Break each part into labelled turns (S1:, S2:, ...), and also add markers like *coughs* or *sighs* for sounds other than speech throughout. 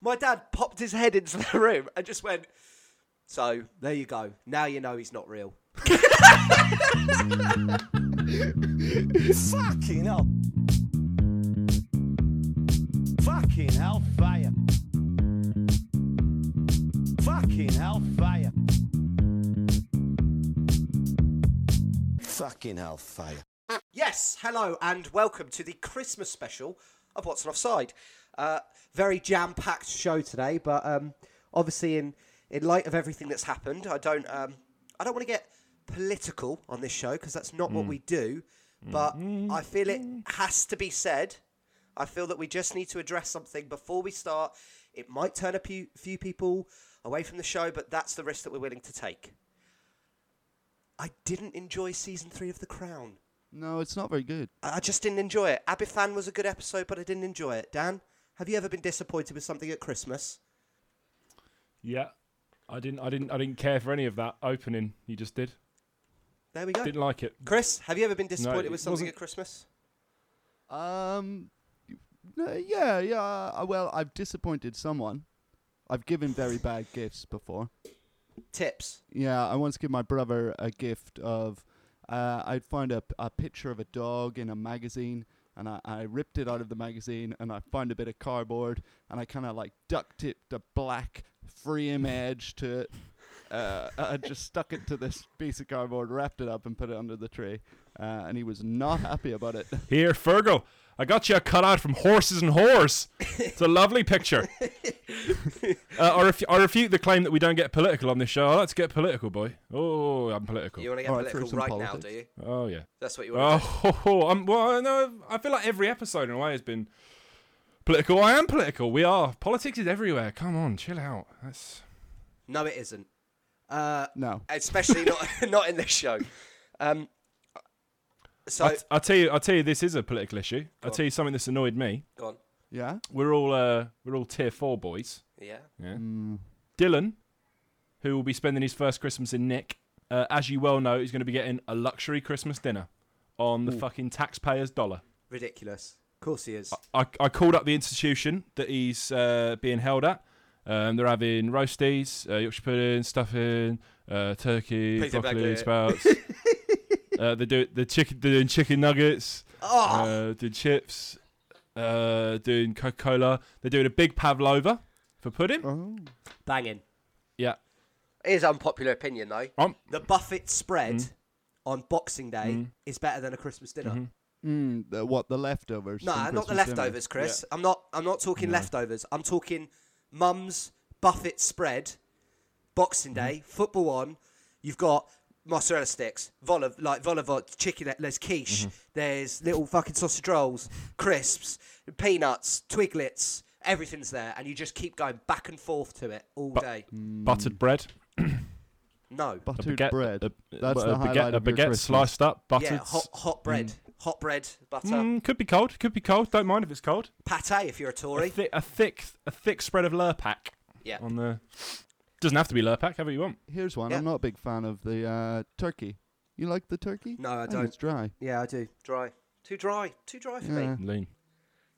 S1: My dad popped his head into the *laughs* room and just went, So, there you go. Now you know he's not real.
S2: Fucking hell. Fucking hellfire. Fucking hellfire. Fucking hellfire.
S1: Yes, hello, and welcome to the Christmas special of What's on Offside. Uh, very jam packed show today, but um, obviously, in, in light of everything that's happened, I don't, um, I don't want to get political on this show because that's not what we do, but I feel it has to be said. I feel that we just need to address something before we start. It might turn a few, few people away from the show, but that's the risk that we're willing to take. I didn't enjoy season three of The Crown.
S3: No, it's not very good.
S1: I I just didn't enjoy it. Abifan was a good episode, but I didn't enjoy it. Dan, have you ever been disappointed with something at Christmas?
S4: Yeah. I didn't I didn't I didn't care for any of that opening you just did.
S1: There we go.
S4: Didn't like it.
S1: Chris, have you ever been disappointed
S4: it
S1: with something
S4: wasn't-
S1: at Christmas?
S3: Um, no, yeah, yeah. uh, Well, I've disappointed someone. I've given very bad gifts before.
S1: Tips.
S3: Yeah, I once gave my brother a gift of. Uh, I'd find a, a picture of a dog in a magazine, and I, I ripped it out of the magazine, and I found a bit of cardboard, and I kind of like duct taped a black frame edge to it. Uh, *laughs* I I just stuck it to this piece of cardboard, wrapped it up, and put it under the tree. Uh, and he was not happy about it. *laughs*
S4: Here, Fergal, I got you a cutout from Horses and Whores. It's a lovely picture. uh, I, ref- I refute the claim that we don't get political on this show. I like to get political, boy. Oh, I'm political.
S1: You want to get
S3: All right,
S1: political
S3: through some
S1: right now,
S3: politics.
S1: do you?
S4: Oh yeah.
S1: That's what you
S4: Oh, *laughs*
S1: want.
S4: ho, ho. I'm, well, no, I feel like every episode in a way has been political. I am political. We are. Politics is everywhere. Come on, chill out. That's
S1: do. No, it isn't. Uh,
S3: No.
S1: especially not *laughs* not in this show. Um, so
S4: I, I tell you, I tell you, this is a political issue. I will tell you something that's annoyed me.
S1: go on.
S3: Yeah?
S4: We're all uh, we're all tier four boys.
S1: Yeah.
S4: Yeah.
S3: Mm.
S4: Dylan, who will be spending his first Christmas in Nick, uh, as you well know, is going to be getting a luxury Christmas dinner on the fucking taxpayer's dollar.
S1: Ridiculous. Of course he is.
S4: I, I called up the institution that he's uh, being held at. Um, they're having roasties, uh, Yorkshire pudding, stuffing, uh, turkey,
S1: Please don't
S4: broccoli,
S1: backlit.
S4: sprouts. uh, they do the chicken, they're doing chicken nuggets,
S1: Ah.
S4: uh, doing chips, uh, doing Coca Cola. They're doing a big pavlova for pudding.
S3: Oh.
S1: Banging.
S4: Yeah,
S1: Here's unpopular opinion though.
S4: Um.
S1: The buffet spread
S4: Hmm?
S1: on Boxing Day is better than a Christmas dinner.
S4: Mm-hmm.
S3: Mm, the, what, the leftovers?
S1: No,
S3: from
S1: not the
S3: Christmas dinner?
S1: leftovers, Chris. I'm not. I'm not talking leftovers. I'm talking mum's buffet spread, Boxing Day, football on. You've got mozzarella sticks, vol like volivot, chicken. There's quiche. There's little fucking sausage rolls, crisps, peanuts, twiglets. Everything's there, and you just keep going back and forth to it all day.
S4: buttered bread.
S1: No,
S4: a
S3: Mm. Buttered
S4: baguette, Uh,
S3: bread.
S4: A,
S3: That's
S4: a
S3: the
S4: baguette,
S3: highlight
S4: a
S3: of your
S4: baguette
S3: Christmas.
S4: sliced up, buttered.
S1: yeah, hot, hot bread, hot bread, butter,
S4: Mm, could be cold. Could be cold. Don't mind if it's cold.
S1: pate if you're a
S4: A,
S1: Tory.
S4: thi- a thick, a thick spread of Lurpak
S1: Yeah,
S4: on the. Doesn't have to be Lurpak. However you want.
S3: Here's one.
S1: Yeah.
S3: I'm not a big fan of the uh, turkey. You like the turkey?
S1: No, I
S3: think
S1: don't.
S3: It's dry.
S1: yeah, I do. Dry, too dry, too dry for me.
S3: Yeah.
S4: Lean.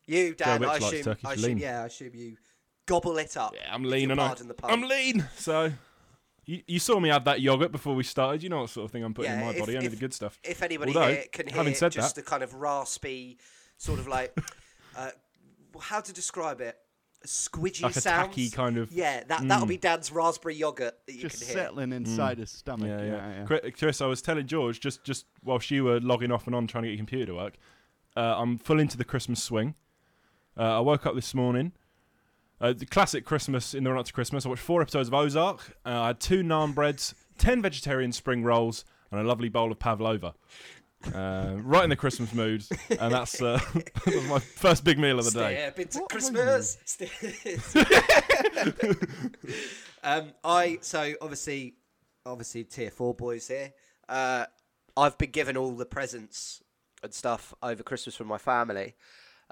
S1: You, Dan,
S4: Wicks
S1: I
S4: likes
S1: assume,
S4: turkey
S1: I
S4: to
S1: assume
S4: lean.
S1: yeah, I assume you gobble it up.
S4: Yeah, I'm
S1: if
S4: lean
S1: you'll
S4: and I.
S1: pardon
S4: I'm lean. So, you, you saw me have that yogurt before we started. You know what sort of thing I'm putting in
S1: Yeah,
S4: my
S1: if-
S4: body. Only
S1: if-
S4: the good stuff.
S1: If anybody
S4: Although,
S1: here can hear
S4: having said
S1: just
S4: that-
S1: the kind of raspy, sort of
S4: *laughs*
S1: like, uh, how to describe it? Squidgy
S4: Like a
S1: sounds.
S4: tacky kind of- Mm.
S1: Yeah, that that'll be Dan's raspberry yogurt that you
S3: Just
S1: can hear.
S3: settling inside his stomach.
S4: Yeah, yeah.
S3: yeah.
S4: Chri- Chris, I was telling George just just whilst you were logging off and on trying to get your computer to work, uh, I'm full into the Christmas swing. Uh, I woke up this morning. Uh, the classic Christmas in the run up to Christmas. I watched four episodes of Ozark. Uh, I had two naan breads, ten vegetarian spring rolls, and a lovely bowl of pavlova. Uh, right in the Christmas mood, and that's uh, *laughs* that was my first big meal of the day.
S1: Yeah, been to
S3: What are
S1: Christmas. *laughs* um, I so obviously, obviously tier four boys here. Uh, I've been given all the presents and stuff over Christmas from my family,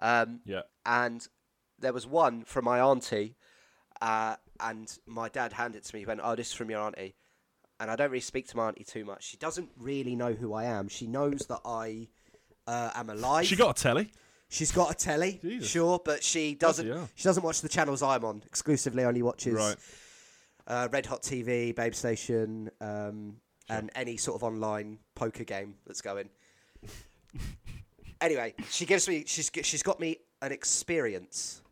S1: um,
S4: Yeah,
S1: and there was one from my auntie, uh, and my dad handed it to me. He went, "Oh, this is from your auntie." And I don't really speak to my auntie too much. She doesn't really know who I am. She knows that I uh, am alive.
S4: she got a telly.
S1: She's got a telly,
S4: Jesus.
S1: sure, but she doesn't.
S4: Bloody hell.
S1: She doesn't watch the channels I'm on. Exclusively, only watches
S4: Right.
S1: uh, Red Hot TV, Babe Station, um, and any sort of online poker game that's going. anyway, she gives me. She's g- she's got me an experience.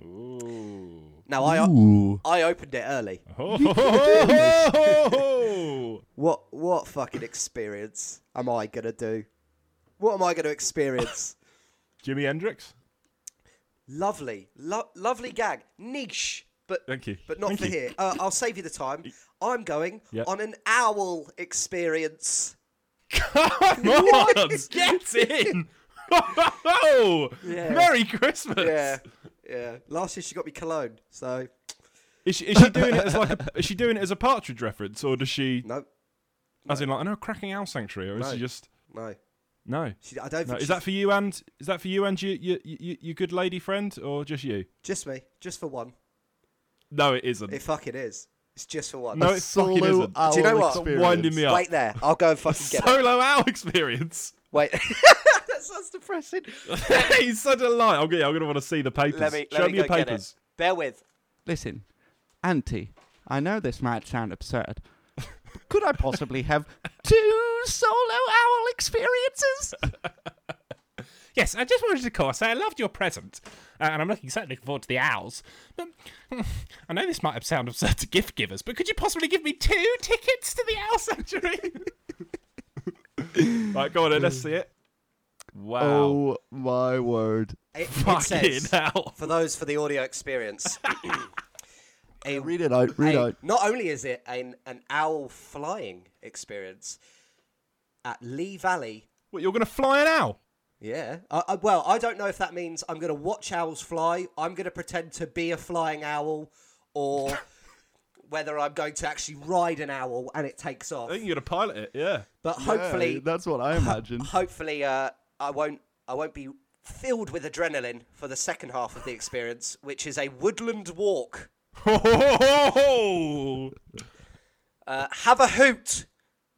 S4: Ooh.
S1: Now I o-
S3: Ooh.
S1: I opened it early.
S4: *laughs* Oh,
S1: What what fucking experience am I gonna do? What am I gonna experience?
S4: Jimi
S1: *laughs*
S4: Hendrix.
S1: lovely, lo- lovely gag, niche, but
S4: Thank you.
S1: but not
S4: Thank
S1: for
S4: you.
S1: here. Uh, I'll save you the time. I'm going
S4: Yep.
S1: on an owl experience.
S4: Come on, get in. Oh,
S1: Yeah.
S4: Merry Christmas.
S1: Yeah, yeah. Last year she got me cologne, so
S4: Is she, is she doing it as like a, is she doing it as a partridge reference or does she
S1: no,
S4: as in like I know cracking owl sanctuary or is
S1: No.
S4: she just
S1: no.
S4: no?
S1: She, I don't.
S4: No,
S1: think
S4: is
S1: she's-
S4: that for you and is that for you and your your, your, your good lady friend or just you?
S1: just me? Just for one?
S4: No, it isn't.
S1: It fucking is. It's just for one.
S4: No,
S3: A
S4: it fucking
S3: solo
S4: isn't.
S3: owl
S1: Do you know what?
S3: experience.
S4: Winding me up.
S1: Wait there. I'll go and fucking get it.
S4: Solo owl experience. *laughs*
S1: Wait. *laughs* that sounds depressing.
S4: He's such a lie. I'm gonna, I'm gonna want to see the papers.
S1: Let me.
S4: Show
S1: Let me
S4: your
S1: go get
S4: papers.
S1: it. Bear with.
S3: Listen, Auntie, I know this might sound absurd. *laughs* but Could I possibly have two solo owl experiences?
S5: Yes, I just wanted to call. So I loved your present, uh, and I'm looking certainly looking forward to the owls. But *laughs* I know this might sound absurd to gift givers, but could you possibly give me two tickets to the owl sanctuary?
S4: *laughs* Right, go on, then, let's see it. Wow.
S3: Oh my word.
S1: It, it
S4: Fucking
S1: says
S5: *laughs*
S4: hell.
S1: for those for the audio
S4: *coughs*
S1: experience. a
S3: Read it out, read
S1: a-
S3: out.
S1: Not only is it an, an owl flying experience at Lee Valley.
S4: What, you're gonna fly an owl?
S1: Yeah. I, I, well, I don't know if that means I'm going to watch owls fly, I'm going to pretend to be a flying owl, or whether I'm going to actually ride an owl and it takes off.
S4: I think you're gonna pilot it.
S5: *laughs*
S4: Yeah.
S1: But hopefully,
S3: Yeah, that's
S1: *laughs*
S3: what I imagine.
S1: hopefully, uh, I won't. I won't be filled with adrenaline for the second half of the experience, which is a woodland walk.
S4: Oh,
S1: Uh, have a hoot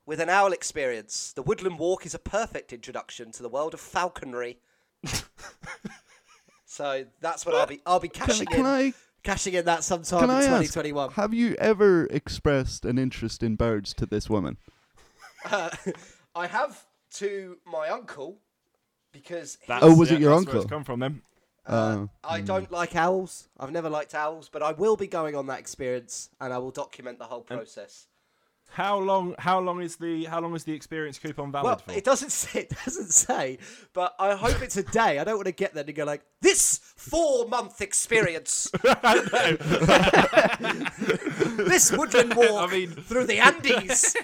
S1: with an owl experience. The Woodland Walk is a perfect introduction to the world of
S3: *laughs*
S1: falconry. so that's what I'll be. I'll be
S3: Can,
S1: cashing
S3: can
S1: in,
S3: I
S1: cashing in that sometime
S3: can
S1: in
S3: I ask?
S1: 2021.
S3: Have you ever expressed an interest in birds to this woman?
S1: I have to my uncle because he- uh,
S3: Oh, was it your
S4: that's Where it's
S3: uncle?
S4: come from them.
S3: Uh,
S1: I don't like owls. I've never liked owls, but I will be going on that experience and I will document the whole process.
S4: How long? How long is the? How long is the experience coupon valid
S1: Well,
S4: for?
S1: Uh, it doesn't say. *laughs* It doesn't say. But I hope it's a day. I don't want to get there and go like this four-month
S4: *laughs*
S1: experience. *laughs* this woodland
S4: *laughs*
S1: walk through the Andes.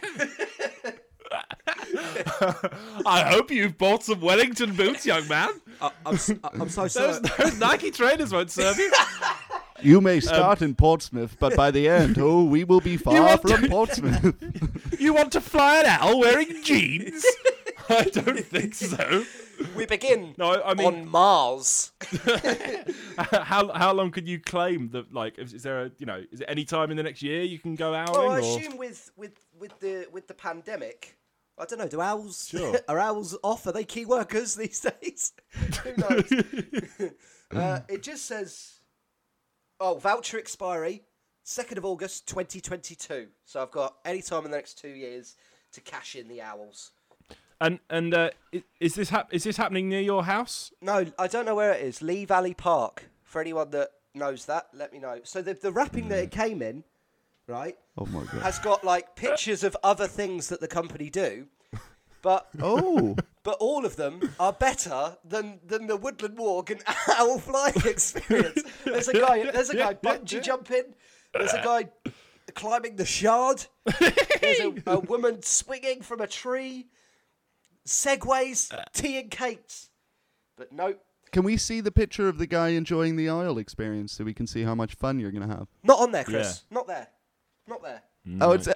S4: I hope you've bought some Wellington boots, young man.
S1: Uh, I'm, s- I'm so sorry.
S4: Those,
S1: *laughs*
S4: *laughs* those Nike trainers won't serve you.
S3: you
S1: Um,
S3: may start in Portsmouth, but by
S1: *laughs*
S3: the end, oh, we will be far
S4: want
S3: from
S4: to-
S3: Portsmouth.
S4: You want to fly an owl
S1: *laughs*
S4: wearing jeans? I don't think so. *laughs*
S1: We begin
S4: No, I- I mean-
S1: on Mars.
S4: how how long could you claim that? Like, is, is there a you know? Is it any time in the next year you can go out?
S1: Well, Oh, I
S4: or...
S1: assume with, with, with the with the pandemic, I don't know. Do owls
S4: Sure.
S1: *laughs* are owls off? Are they key workers these *laughs* days? Who knows?
S4: *laughs*
S1: uh, it just says, oh, voucher expiry second of August, twenty twenty two. So I've got any time in the next two years to cash in the owls.
S4: And and uh, i- is this hap- is this happening near your house?
S1: No, I don't know where it is. Lee Valley Park. For anyone that knows that, let me know. So the the wrapping that it
S4: Hmm.
S1: came in, right?
S3: Oh my god.
S1: has got like pictures of other things that the company do,
S4: *laughs*
S1: but
S3: Oh,
S1: but all of them are better than than the Woodland Walk and *laughs* Owl Flying
S4: *laughs*
S1: Experience. There's a guy. There's a guy bungee jumping. There's a guy climbing the Shard. There's a,
S4: *laughs*
S1: a woman swinging from a tree. Segways,
S4: Uh.
S1: tea and cakes. But nope.
S3: can we see the picture of the guy enjoying the oil experience so we can see how much fun you're gonna have?
S1: Not on there, Chris. Not there. Not
S4: *laughs*
S1: there.
S3: Oh, it's *laughs*
S1: I,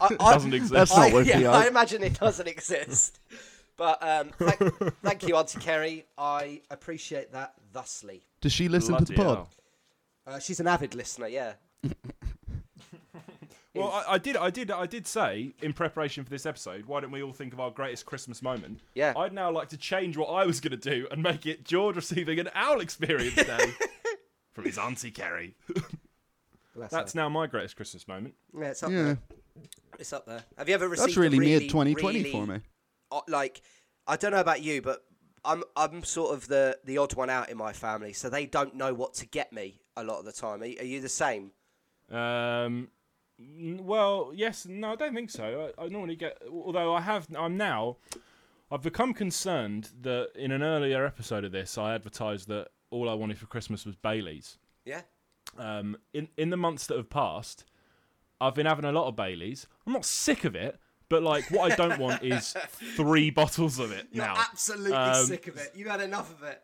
S1: I, *laughs*
S4: Doesn't exist.
S3: That's not
S1: Mm. I,
S3: worth
S1: yeah,
S3: the
S1: I
S3: art.
S1: imagine it doesn't exist. But um, thank, thank you, Auntie Kerry. I appreciate that thusly.
S3: Does she listen to
S4: Bloody
S3: the pod?
S4: hell.
S1: Uh, she's an avid listener, yeah.
S4: Well, I, I did, I did, I did say in preparation for this episode, why don't we all think of our greatest Christmas moment?
S1: Yeah.
S4: I'd now like to change what I was going to do and make it George receiving an owl
S1: *laughs*
S4: experience day from his auntie Kerry.
S1: Bless
S4: That's
S1: her.
S4: now my greatest Christmas moment.
S1: yeah, it's up
S3: Yeah,
S1: there. It's up there. Have you ever received?
S3: that's
S1: a
S3: really,
S1: really
S3: mid 2020
S1: really,
S3: for me.
S1: uh, Like, I don't know about you, but I'm I'm sort of the the odd one out in my family, so they don't know what to get me a lot of the time. Are, are you the same?
S4: Um, n- well, yes, no, I don't think so. I, I normally get, although I have, I'm now, I've become concerned that in an earlier episode of this, I advertised that all I wanted for Christmas was Bailey's.
S1: Yeah.
S4: Um, in in the months that have passed, I've been having a lot of Bailey's. I'm not sick of it, but like, what I
S1: *laughs*
S4: don't want is three bottles of it now.
S1: absolutely
S4: Um,
S1: sick of it. You had enough of it.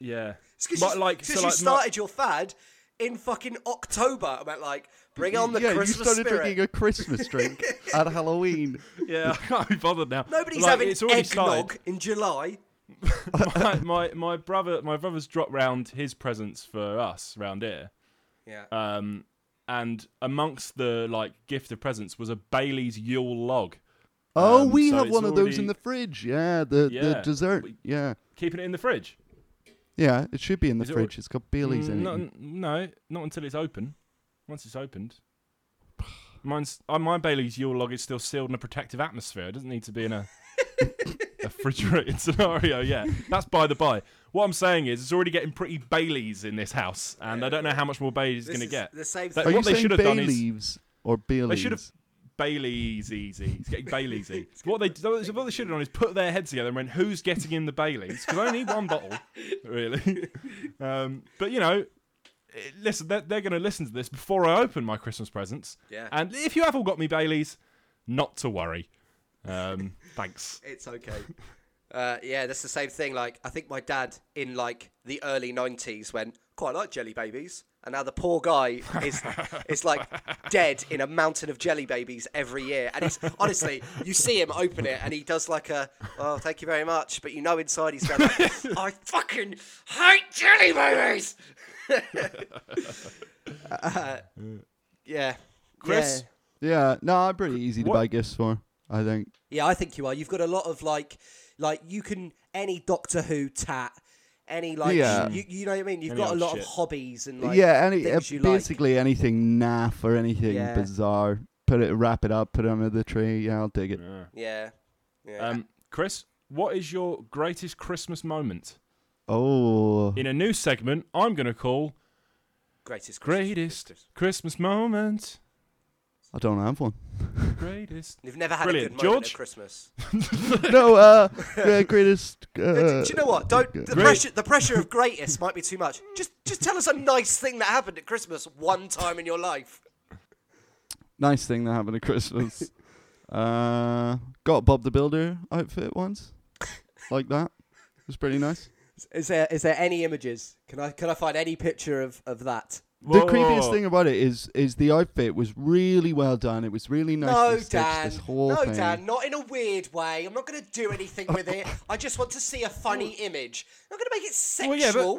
S4: yeah,
S1: Because
S4: But,
S1: you,
S4: like,
S1: since
S4: so,
S1: you
S4: like, my-
S1: started your fad in fucking October, I went like, bring on the
S3: yeah,
S1: Christmas
S3: you started
S1: spirit. Um,
S3: drinking a
S1: *laughs*
S3: Christmas drink at Halloween.
S4: *laughs* yeah, I can't be bothered now.
S1: Nobody's
S4: Like,
S1: having
S4: it's already started.
S1: eggnog in July. *laughs*
S4: my, my my brother my brother's dropped round his presents for us round here,
S1: Yeah.
S4: um, and amongst the like gift of presents was a Bailey's Yule log,
S3: Oh,
S4: Um,
S3: we
S4: so
S3: have
S4: it's
S3: one of those
S4: already-
S3: in the fridge. Yeah, the the
S4: Yeah.
S3: dessert.
S4: We-
S3: Yeah,
S4: keeping it in the fridge.
S3: yeah, it should be in the
S4: Is it al-
S3: fridge. It's got Bailey's in it.
S4: No, n- no, not until it's open. Once it's opened, mine's uh, my Bailey's Yule log is still sealed in a protective atmosphere. It doesn't need to be
S1: *laughs*
S4: in a a refrigerated *laughs* scenario. Yeah, that's by the by. What I'm saying is, it's already getting pretty Bailey's in this house, and I don't know how much more Bailey's
S1: This
S4: going to
S1: is
S4: get.
S1: the same
S4: That-
S1: thing.
S3: Are you
S4: what they
S3: saying
S4: should have done is-
S3: Bailey's or Bailey's?
S4: They should have Bailey's easy. *laughs* It's getting Bailey's easy. what they what they should have done is put their heads together and went, "Who's getting in the Bailey's?" Because I only need one *laughs* bottle, really. Um, but you know, eh, listen, they're, they're going to listen to this before I open my Christmas presents.
S1: Yeah.
S4: And if you have all got me Bailey's, not to worry. Um, *laughs* thanks.
S1: It's okay. Uh, yeah, that's the same thing. Like, I think my dad in like the early '90s went quite like jelly babies, and now the poor guy is is like dead in a mountain of jelly babies every year. And it's honestly, you see him open it, and he does like a "Oh, thank you very much," but you know inside he's going, like, "I fucking hate jelly babies." *laughs* Uh, yeah,
S4: Chris?
S1: Yeah.
S3: Yeah, no, I'm pretty easy to
S4: What-
S3: buy gifts for. I think.
S1: Yeah, I think you are. You've got a lot of like, like you can any Doctor Who tat, any like,
S3: Yeah.
S1: you, you know what I mean. You've
S4: Any
S1: got a
S4: old
S1: lot of
S4: shit.
S1: hobbies and like,
S3: yeah, any uh,
S1: things you like.
S3: basically anything naff or anything
S1: Yeah.
S3: bizarre. Put it, wrap it up, put it under the tree. Yeah, I'll dig it.
S1: Yeah, yeah.
S4: Um, Chris, what is your greatest Christmas moment?
S3: Oh,
S4: In a new segment, I'm going to call
S1: greatest, Christmas.
S4: greatest Christmas moment.
S3: I don't have one. *laughs*
S4: Greatest.
S1: You've never had a
S4: Brilliant.
S1: good moment
S4: George?
S1: at Christmas. *laughs*
S3: no, uh, yeah, greatest.
S1: Do
S3: Uh,
S1: you know what? Don't the
S3: Great.
S1: pressure. The pressure of greatest might be too much. Just, just tell us a nice thing that happened at Christmas one time in your life.
S3: uh, nice thing that happened
S1: *laughs*
S3: at Christmas. uh, got Bob the Builder outfit once, like that. It was pretty nice.
S1: Is there, is there any images? Can I, can I find any picture of of that?
S4: Whoa,
S3: the
S4: whoa,
S3: creepiest
S4: whoa.
S3: thing about it is is the outfit was really well done. It was really
S1: No,
S3: nicely stitched.
S1: Dan.
S3: This whole
S1: no,
S3: thing.
S1: Dan. Not in a weird way. I'm not going to do anything with
S4: *laughs*
S1: it. I just want to see a funny image. I'm not going to make it sexual.
S4: Well,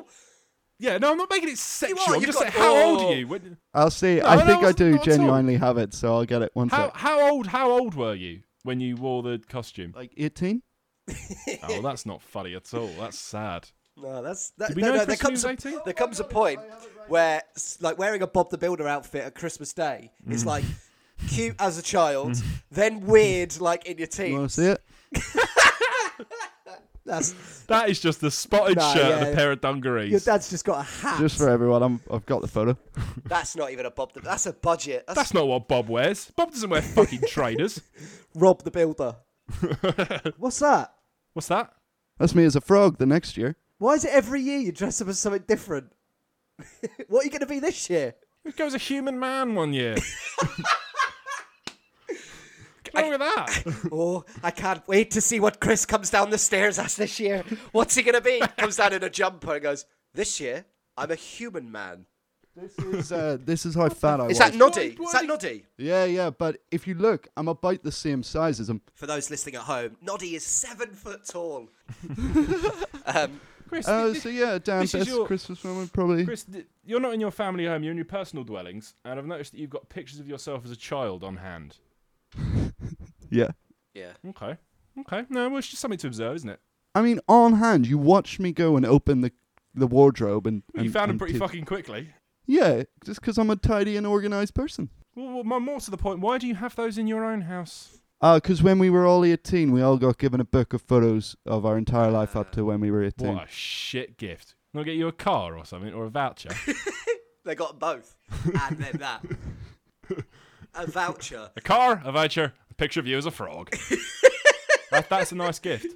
S4: yeah, but- Yeah, no, I'm not making it sexual.
S1: are,
S4: I'm
S1: you've
S4: just
S1: got-
S4: saying, how old
S1: Oh.
S4: are you? When-
S3: I'll see.
S4: No,
S3: I
S4: no,
S3: think I
S4: it's
S3: do
S4: not at all.
S3: genuinely have it, so I'll get it one
S4: How
S3: sec.
S4: how old how old were you when you wore the costume?
S3: Like 18?
S4: oh, well, that's not funny at all.
S1: *laughs*
S4: That's sad.
S1: No, that's that,
S4: Did we
S1: no,
S4: know
S1: no, there
S4: Chris
S1: comes
S4: was
S1: a,
S4: 18?
S1: there comes a point where s- like wearing a Bob the Builder outfit at Christmas Day is
S4: Mm.
S1: like cute as a child, then weird like in your
S4: *laughs*
S3: You want
S1: teens.
S3: to see it?
S1: That's
S4: That is just the spotted
S1: Nah,
S4: shirt and
S1: yeah.
S4: a pair of
S1: your
S4: dungarees.
S1: dad's just got a hat.
S3: Just for everyone, I'm, I've got the photo.
S1: That's not even a Bob. The, that's a budget. That's,
S4: That's not what Bob wears. Bob doesn't
S1: *laughs*
S4: wear fucking traders.
S1: Rob the Builder.
S4: *laughs*
S1: What's that?
S4: What's that?
S3: That's me as a frog the next year.
S1: Why is it every year you dress up as something different? *laughs* what are you going to be this year?
S4: It goes a human man one
S1: *laughs*
S4: year. What's wrong with that?
S1: Oh, I can't wait to see what Chris comes down the stairs as this year. What's he gonna *laughs* be? Comes down in a jumper and goes, "This year, I'm a human man."
S3: This is, uh, this is how fat I
S1: Is
S3: was.
S1: that Noddy?
S4: why
S1: Is that
S4: did-
S1: Noddy?
S3: yeah, yeah, but if you look, I'm about the same
S4: *laughs*
S3: size as him.
S1: For those listening at home, Noddy is seven foot tall. um,
S4: Chris,
S3: Uh,
S4: thi-
S3: so yeah, Dan,
S4: this is
S3: best
S4: your-
S3: Christmas moment probably.
S4: Chris, th- you're not in your family home, you're in your personal dwellings, and I've noticed that you've got pictures of yourself as a child on hand.
S3: Yeah.
S1: Yeah.
S4: Okay. Okay. No, well, it's just something to observe, isn't it?
S3: I mean, on hand, you watched me go and open the the wardrobe and.
S4: Well, you
S3: and-
S4: found them
S3: and
S4: pretty
S3: to-
S4: fucking quickly.
S3: Yeah, just because I'm a tidy and organized person.
S4: Well, well, my- more to the point, why do you have those in your own house?
S3: Because Uh, when we were all 18, we all got given a book of photos of our entire life up to when we were 18.
S4: *laughs* What a shit gift. They'll get you a car or something, or a voucher.
S1: They got both. *laughs* And then that. A voucher.
S4: a car, a voucher, a picture of you as a *laughs* frog. that, that's a nice gift.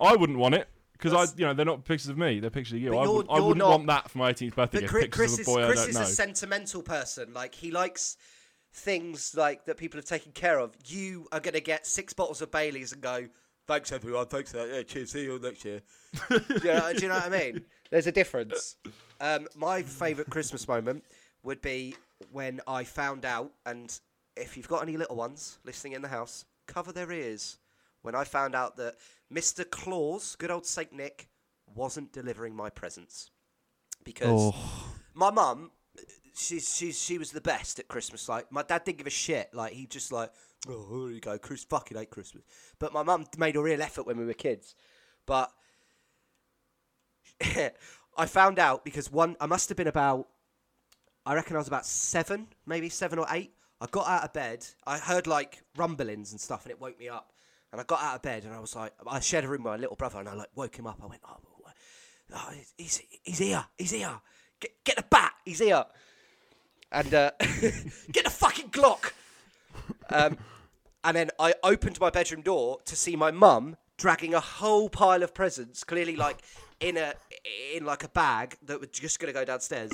S4: I wouldn't want it. Because I, you know, they're not pictures of me; they're pictures of you.
S1: But
S4: I,
S1: you're-
S4: would, I
S1: you're
S4: wouldn't
S1: not-
S4: want that for my 18th
S1: But
S4: birthday. gift,
S1: Chris,
S4: pictures
S1: Chris
S4: of a
S1: is,
S4: boy I
S1: Chris
S4: don't
S1: is
S4: know.
S1: a sentimental person. Like, he likes things like that people have taken care of. You are going to get six bottles of Bailey's and go, thanks, everyone. Thanks for that. Yeah, cheers. See you all next year. do, you know, do you know what I mean? There's a difference. Um, my favourite Christmas moment would be when I found out, and if you've got any little ones listening in the house, cover their ears. When I found out that Mr. Claus, good old Saint Nick, wasn't delivering my presents. Because
S4: Oh,
S1: my mum, she's she's she was the best at Christmas. Like my dad didn't give a shit. Like he just like, oh here you go, Chris fucking hate Christmas. But my mum made a real effort when we were kids. But *laughs* I found out because one I must have been about I reckon I was about seven, maybe seven or eight. I got out of bed. I heard like rumblings and stuff, and it woke me up. And I got out of bed, and I was like, I shared a room with my little brother, and I like woke him up. I went, oh, wha- oh, he's he's here, he's here. Get, get the bat, he's here. And uh, *laughs* get the fucking Glock. Um, and then I opened my bedroom door to see my mum dragging a whole pile of presents, clearly like in a in like a bag that was just gonna go downstairs,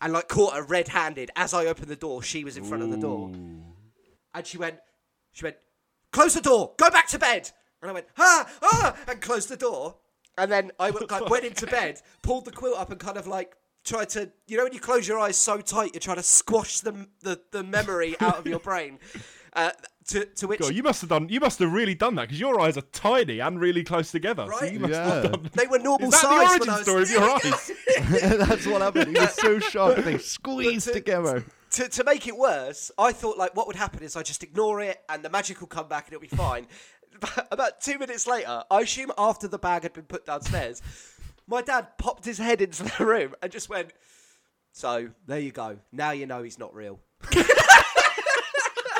S1: and like caught her red-handed as I opened the door. She was in front of the door, and she went, she went, close the door, go back to bed, and I went, ah, ah, and closed the door, and then I went, like, went into bed, pulled the quilt up, and kind of like. tried to, you know, when you close your eyes so tight, you're trying to squash the the, the memory out of your brain. Uh, to, to which
S4: God, you must have done. You must have really done that because your eyes are tiny and really close together. So
S1: Right?
S4: you must
S3: Yeah. *laughs*
S4: have done.
S1: They were normal
S4: Is that
S1: size.
S4: the
S1: when
S4: origin
S1: I was-
S4: story of your eyes?
S3: That's what happened. He was so shocked they squeezed together.
S1: *laughs* to, to make it worse, I thought like what would happen is I just ignore it and the magic will come back and it'll be fine. *laughs* But About two minutes later, I assume after the bag had been put downstairs, my dad popped his head into the *laughs* room and just went, "So there you go. Now you know he's not real."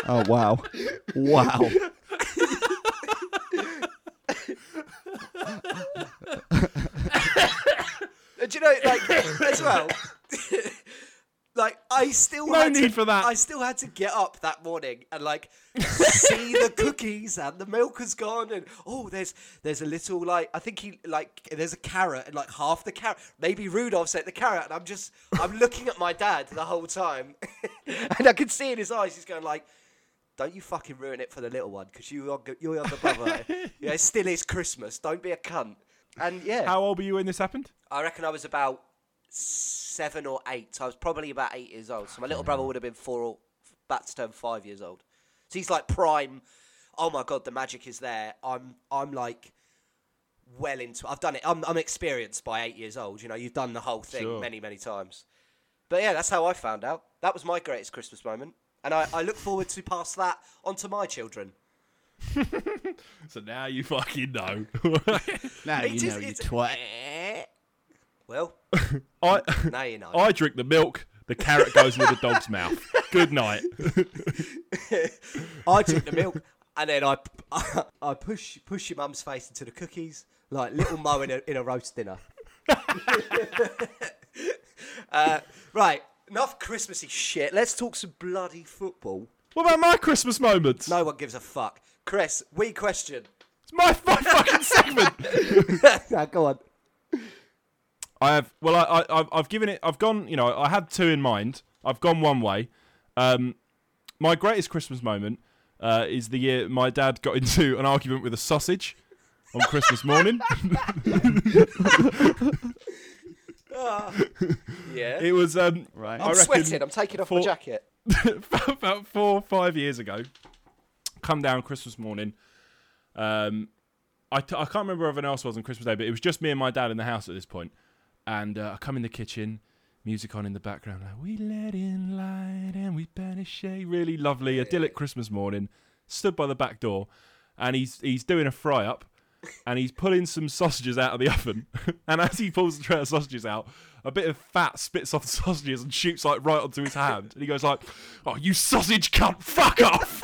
S3: Oh wow, wow.
S1: And Uh, do you know, like *coughs* as well, *laughs* like I still
S4: No
S1: had to,
S4: need for that.
S1: I still had to get up that morning and like see the cookies and the milk has gone and oh, there's there's a little like I think he like there's a carrot and like half the carrot maybe Rudolph set the carrot and I'm just I'm looking at my dad the whole time *laughs* and I can see in his eyes he's going like. Don't you fucking ruin it for the little one because you are go- you're the
S4: *laughs*
S1: brother. yeah, it still is Christmas. Don't be a cunt. And yeah,
S4: How old were you when this happened?
S1: I reckon I was about seven or eight. I was probably about eight years old. So my little brother would have been four or about to turn five years old. So he's like prime. Oh my god, the magic is there. I'm I'm like well into. I've done it. I'm I'm experienced by eight years old. You know, you've done the whole thing
S4: Sure.
S1: many many times. But yeah, that's how I found out. That was my greatest Christmas moment, and I, I look forward to pass that on to my children.
S4: So now you fucking know. *laughs* Ah,
S3: Now
S1: It is-
S2: *laughs*
S1: it's- *laughs* Well,
S4: *laughs* I
S1: now you know.
S4: I drink the milk. The carrot goes into the dog's mouth. Good night.
S1: I took the milk and then I, *laughs* I push push your mum's face into the cookies like little Mo in a, in a roast dinner. *laughs* uh, right, enough Christmassy shit. Let's talk some bloody football.
S4: What about my Christmas moments?
S1: No one gives a fuck. Chris, we *coughs* question.
S4: It's my, my fucking segment.
S1: Now go on.
S4: I have. Well, I, I I've, I've given it. I've gone. You know, I had two in mind. I've gone one way. Um, my greatest Christmas moment uh, is the year my dad got into an argument with a sausage on
S1: *laughs*
S4: Christmas morning.
S1: Yeah.
S4: it was um,
S3: Right.
S4: I
S1: I'm
S4: reckon
S1: sweating. I'm taking off my
S4: for-
S1: jacket.
S4: *laughs* about four or five years ago. Come down Christmas morning. Um, I, t- I can't remember where everyone else was on Christmas Day, but it was just me and my dad in the house at this point. And uh, I come in the kitchen, music on in the background, like, we let in light and we banish shade. Really lovely, idyllic Christmas morning. Stood by the back door, and he's he's doing a fry up, and he's pulling some sausages out of the oven. *laughs* and as he pulls the tray of sausages out, a bit of fat spits off the sausages and shoots like right onto his hand. And he goes like, "Oh, you sausage cunt, fuck off!"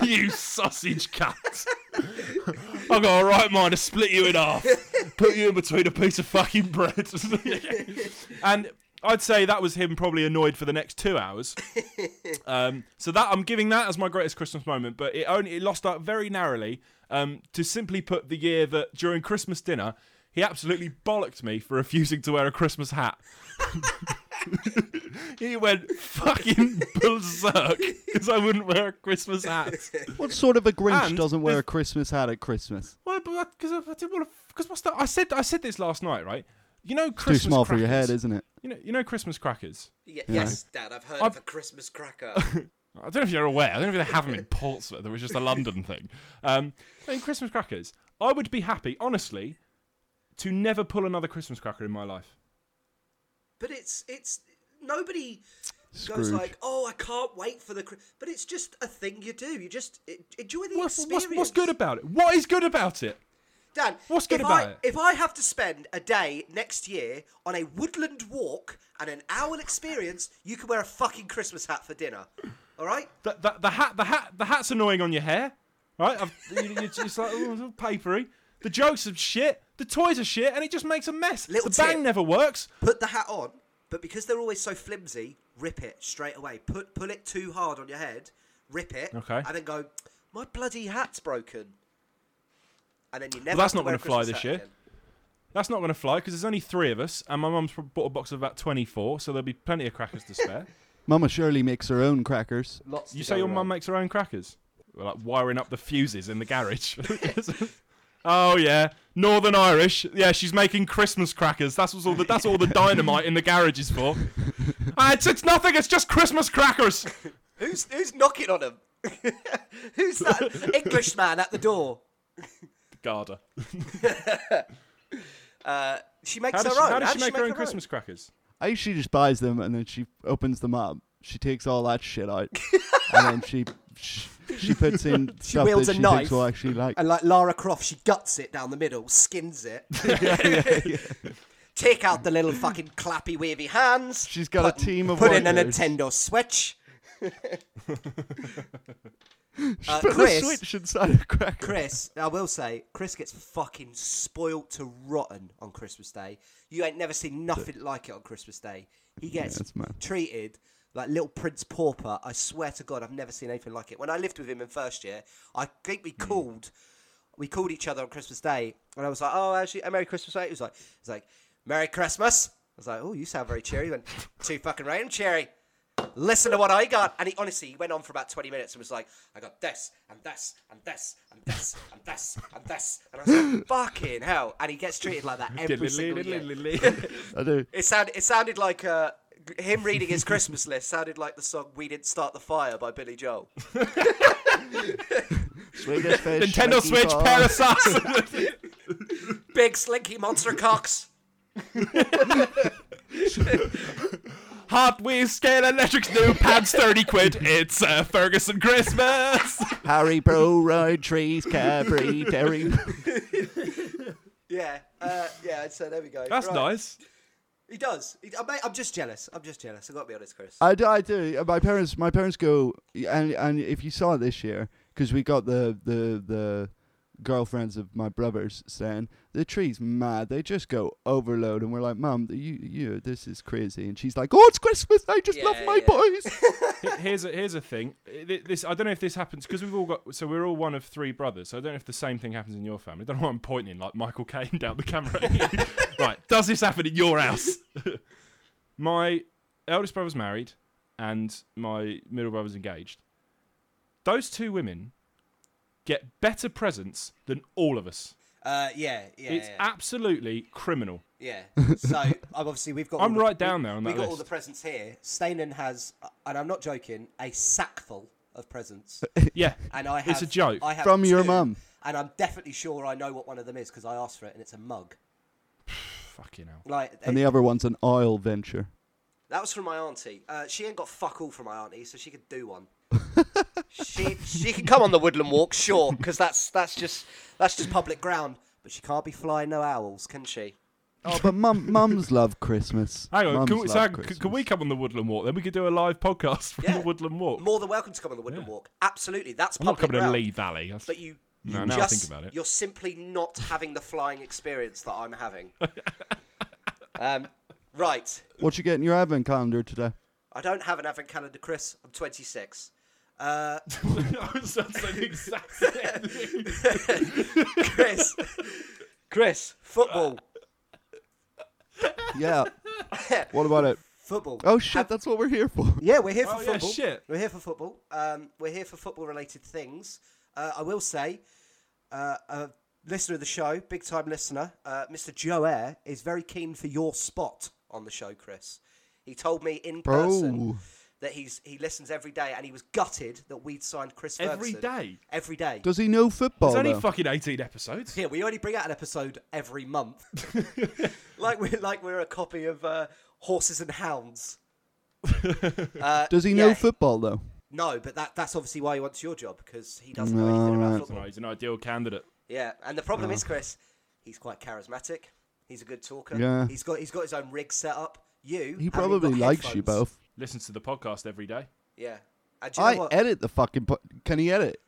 S4: *laughs* you sausage cunt. *laughs* I got a right mind to split you in half, put you in between a piece of fucking bread. *laughs* and I'd say that was him probably annoyed for the next two hours. Um, so that I'm giving that as my greatest Christmas moment, but it only it lost out very narrowly. Um, to simply put, the year that during Christmas dinner he absolutely bollocked me for refusing to wear a Christmas hat. *laughs* he went fucking berserk because I wouldn't wear a Christmas hat.
S3: What sort of a Grinch
S4: And
S3: doesn't wear
S4: there's-
S3: a Christmas hat at Christmas?
S4: Well, because I, I didn't want to. Because what's that? I said I said this last night, right? You know,
S3: Too
S4: Christmas
S3: small for
S4: crackers.
S3: your head, isn't it?
S4: you know, you know Christmas crackers.
S1: Ye- Yes, Dad, I've heard of
S4: I've-
S1: a Christmas cracker.
S4: I don't know if you're aware. I don't know if they have them in Portsmouth. It was just a London thing. Um, in Christmas crackers, I would be happy, honestly, to never pull another Christmas cracker in my life.
S1: but it's it's nobody goes
S3: Scrooge.
S1: like, oh, I can't wait for the. Chri-" But it's just a thing you do. You just e- enjoy the
S4: What's,
S1: experience.
S4: what's, what's good about it? What is good about it?
S1: Dan,
S4: What's good
S1: if I,
S4: about it?
S1: If I have to spend a day next year on a woodland walk and an owl experience, you can wear a fucking Christmas hat for dinner. All right?
S4: The, the, the hat, the hat, the hat's annoying on your hair, right? I've, you, you're just like oh, it's all papery. The jokes are shit. The toys are shit, and it just makes a mess.
S1: Little
S4: the bang
S1: tip.
S4: never works.
S1: Put the hat on, but because they're always so flimsy, rip it straight away. Put pull it too hard on your head, rip it,
S4: Okay.
S1: and then go, my bloody hat's broken. And then you never.
S4: Well,
S1: have
S4: that's
S1: to
S4: not
S1: wear
S4: gonna
S1: a
S4: fly
S1: Christmas
S4: this
S1: hat
S4: year.
S1: again.
S4: That's not going to fly because there's only three of us, and my mum's pro- bought a box of about 24, so there'll be plenty of crackers to *laughs* spare.
S3: Mama Shirley makes her own crackers.
S1: Lots
S4: you
S1: to
S4: say
S1: go
S4: your mum
S1: around.
S4: makes her own crackers? We're like wiring up the fuses in the garage. *laughs* oh yeah, Northern Irish. Yeah, she's making Christmas crackers. That's what's all the that's all the dynamite in the garage is *laughs* for. Ah, it's it's nothing. It's just Christmas crackers.
S1: Who's who's knocking on him? *laughs* who's that Englishman at the door?
S4: Garda.
S1: Uh, She makes
S4: How
S1: her
S4: does she,
S1: own.
S4: how does she
S1: does
S4: make her own Christmas crackers?
S3: I she just buys them and then she opens them up. She takes all that shit out, and then she she, she puts in stuff
S1: wields
S3: that
S1: a
S3: she
S1: knife
S3: thinks will actually like.
S1: And like Lara Croft, she guts it down the middle, skins
S4: *laughs*
S1: it. *laughs* Take out the little fucking clappy wavy hands.
S3: She's got a
S1: put,
S3: team of
S1: put in a
S3: workers.
S1: Nintendo Switch. uh,
S3: Put
S1: Chris,
S3: the switch inside a
S1: *laughs*
S3: cracker.
S1: Chris, I will say, Chris gets fucking spoilt to rotten on Christmas Day. You ain't never seen nothing like it on Christmas Day. He gets
S3: that's mad.
S1: treated like little Prince Pauper. I swear to God, I've never seen anything like it. When I lived with him in first year, I think
S3: Hmm.
S1: we called, we called each other on Christmas Day, and I was like, "Oh, actually, uh, Merry Christmas!" Mate. He was like, "He's like, Merry Christmas." I was like, "Oh, you sound very cheery." He went, "Too fucking right, I'm cheery." listen to what I got. And he honestly he went on for about 20 minutes and was like, I got this and this and this and this and this and this. And I was
S4: *laughs*
S1: like, fucking hell. And he gets treated like that every single year.
S3: I do.
S1: It, sound, it sounded like uh, him reading his Christmas list sounded like the song We Didn't Start the Fire by Billy Joel.
S3: Swedish fish,
S4: Nintendo
S3: monkey
S4: Switch,
S3: paw.
S4: pair of *laughs* socks.
S1: Big slinky monster cocks.
S4: Hot wheels, scale, electrics, new pads, 30 quid. It's a Ferguson Christmas. *laughs*
S3: Harry Bro Road Trees Cadbury *laughs* Dairy.
S1: Yeah, uh, yeah, so there we go.
S4: That's
S1: Right.
S4: nice.
S1: He does. He, I, mate, I'm just jealous. I'm just jealous. I've got to be honest, Chris.
S3: I do, I do. Uh, My parents, my parents go, and and if you saw it this year, because we got the the the girlfriends of my brothers saying the tree's mad. They just go overload, and we're like, Mum, you you this is crazy, and she's like, Oh, it's Christmas. I just love
S1: Yeah,
S3: my
S1: yeah.
S3: boys.
S4: Here's a, here's a thing. Th- This I don't know if this happens because we've all got so we're all one of three brothers. So I don't know if the same thing happens in your family. I don't know why I'm pointing like Michael Caine down the camera.
S1: *laughs*
S4: at you. right? Does this happen in your house? *laughs* my eldest brother's married, and my middle brother's engaged. Those two women get better presents than all of us.
S1: Uh, yeah, yeah.
S4: it's
S1: yeah.
S4: absolutely criminal.
S3: *laughs*
S1: Yeah. So I'm obviously we've got.
S4: I'm
S1: all the-
S4: right down there on
S1: We
S4: that
S1: got all
S4: list.
S1: the presents here. Stainan has, and I'm not joking, a sackful of
S3: *laughs*
S1: presents.
S4: Yeah.
S1: And I have,
S4: It's a joke.
S1: I have
S3: From your
S1: two,
S3: mum.
S1: And I'm definitely sure I know what one of them is because I asked for it, and it's a mug.
S4: Fucking hell.
S1: Like
S3: And the other one's an oil venture.
S4: *laughs*
S1: that was from my auntie. Uh, she ain't got fuck all from my auntie, so she could do one.
S3: *laughs*
S1: she she can come on the woodland walk, sure, because that's that's just that's just public ground. But she can't be flying no owls, can she?
S3: Oh, but mum, mums love Christmas.
S4: Hang on,
S3: Mums
S4: can we,
S3: love
S4: so hang- c-
S3: Christmas.
S4: can we come on the Woodland Walk? Then we could do a live podcast from
S1: Yeah.
S4: the Woodland Walk.
S1: More than welcome to come on the woodland walk. Absolutely, that's
S4: I'm not
S1: public
S4: coming to
S1: ground.
S4: Lee Valley. *laughs* That's-
S1: But you, you
S4: No, now I
S1: just
S4: think about it.
S1: you're simply not having the flying experience that I'm
S4: *laughs*
S1: having. um, right,
S3: What you get in your advent
S1: *laughs*
S3: calendar today?
S1: I don't have an advent calendar, Chris. I'm 26.
S4: I was about to say the exact same
S1: *laughs*
S4: thing. *laughs*
S1: Chris, Chris, football, *laughs*
S3: Yeah. what about it?
S1: football.
S3: Oh shit, that's what we're here for. *laughs*
S1: Yeah, we're here for
S4: Oh, yeah,
S1: football.
S4: shit.
S1: We're here for football. Um, we're here for football-related things. Uh, I will say, uh, a listener of the show, big-time listener, uh, Mr. Joe Air, is very keen for your spot on the show, Chris. He told me in person
S3: Oh.
S1: that he's he listens every day, and he was gutted that we'd signed Chris
S4: Every
S1: Ferguson.
S4: day?
S1: Every day.
S3: Does he know football?
S4: It's only
S3: though?
S4: fucking 18 episodes.
S1: Yeah, we only bring out an episode every month. *laughs* like we're like we're a copy of uh, Horses and Hounds.
S3: Does he
S1: Uh, yeah.
S3: know football though?
S1: No, but that that's obviously why he wants your job because he doesn't know anything about
S4: No,
S1: football.
S4: he's an ideal candidate.
S1: Yeah, and the problem is, Chris, he's quite charismatic. He's a good talker.
S3: Yeah.
S1: he's got he's got his own rig set up. You,
S3: He
S1: haven't
S3: probably
S1: got
S3: likes you
S1: headphones.
S3: both.
S4: Listens to the podcast every day.
S1: Yeah, and do you know
S3: I
S1: what?
S3: edit the fucking. Po- can he edit?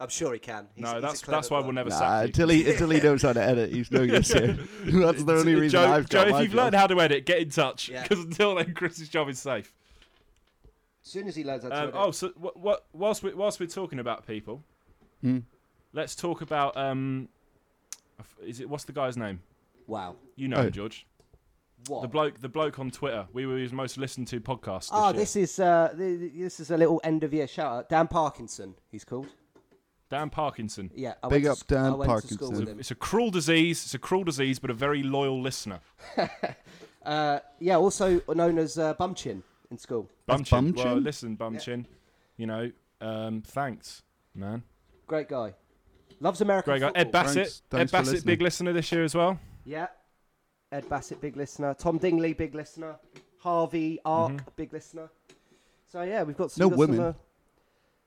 S1: I'm sure he can. He's,
S4: no,
S1: he's a
S4: that's
S1: clever
S4: that's why we'll
S1: bloke.
S4: never
S3: Nah,
S4: sack you.
S3: until he
S4: *laughs*
S3: until he knows how to edit, he's no good. here. *laughs* That's the only
S4: Joe,
S3: reason I've
S4: Joe,
S3: got
S4: if
S3: my
S4: you've
S3: job.
S4: learned how to edit, get in touch.
S1: Yeah.
S4: Because until then, Chris's job is safe.
S1: As soon as he learns how to
S4: Um,
S1: edit.
S4: oh, so what? what whilst, we, whilst we're talking about people,
S3: Hmm.
S4: let's talk about. Um, is it what's the guy's name?
S1: wow,
S4: You know
S3: Oh.
S4: him, George.
S1: what
S4: The bloke, the bloke on Twitter. We were his most listened to podcast. This
S1: Ah,
S4: year.
S1: this is uh, th- th- this is a little end of year shout out. Dan Parkinson, he's called.
S4: Dan Parkinson.
S1: Yeah, I went
S3: Big
S1: to
S3: up
S1: s-
S3: Dan
S1: I went to school
S3: Parkinson.
S1: with him.
S4: It's a cruel disease. It's a cruel disease, but a very loyal listener.
S1: Uh, Yeah, also known as uh, Bumchin in school.
S3: That's
S4: Bumchin.
S3: Bumchin.
S4: Well, listen, Bumchin. You know, um, thanks, man.
S1: Great guy. Loves American
S4: Great guy.
S1: football.
S4: Ed Bassett.
S3: Thanks- thanks
S4: Ed
S3: for
S4: Bassett, big listener this year as well.
S1: Yeah. Ed Bassett, big listener. Tom Dingley, big listener. Harvey Ark,
S4: Mm-hmm.
S1: big listener. So yeah, we've got some.
S3: No
S1: we've got some,
S3: women.
S1: uh,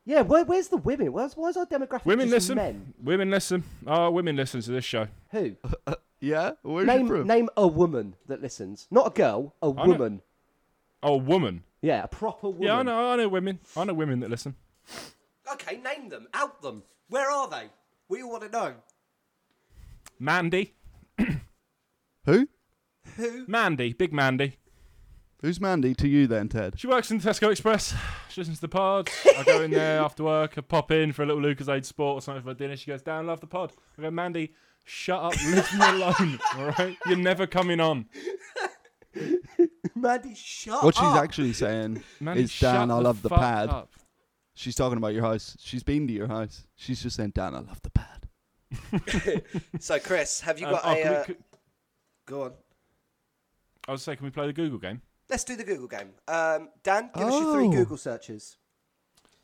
S1: yeah, where, where's the women? Where's, where's our demographic?
S4: Women
S1: just
S4: listen.
S1: Men.
S4: Women listen. Oh, women listen to this show. *laughs*
S1: Who?
S3: Yeah, where's your proof?
S1: name name a woman that listens. Not a girl. A
S4: know.
S1: woman.
S4: Oh, woman.
S1: Yeah, a proper woman.
S4: Yeah, I know. I know women. I know women that listen.
S1: Okay, name them. Out them. Where are they? We all want to know.
S4: Mandy.
S3: Who?
S4: Mandy. Big Mandy.
S3: Who's Mandy to you then, Ted?
S4: She works in Tesco Express. She listens to the pod. I go in
S3: *laughs*
S4: there after work. I pop in for a little Lucasade sport or something for dinner. She goes, Dan, love the pod. I go, Mandy, shut up. Leave me alone. *laughs* All right? You're never coming on.
S1: Mandy, shut
S3: What she's
S1: up.
S3: actually saying
S4: *laughs* Mandy,
S3: is, Dan,
S4: shut
S3: I love the,
S4: fuck
S3: pad.
S4: up.
S3: She's talking about your house. She's been to your house. She's just saying, Dan, I love the pad.
S1: So, Chris, have you
S4: Um,
S1: got
S4: oh,
S1: a?
S4: can we-
S1: uh,
S4: can-
S1: go on.
S4: I was saying, can we play the Google game?
S1: Let's do the Google game. Um, Dan, give us your three
S3: Oh.
S1: Google searches.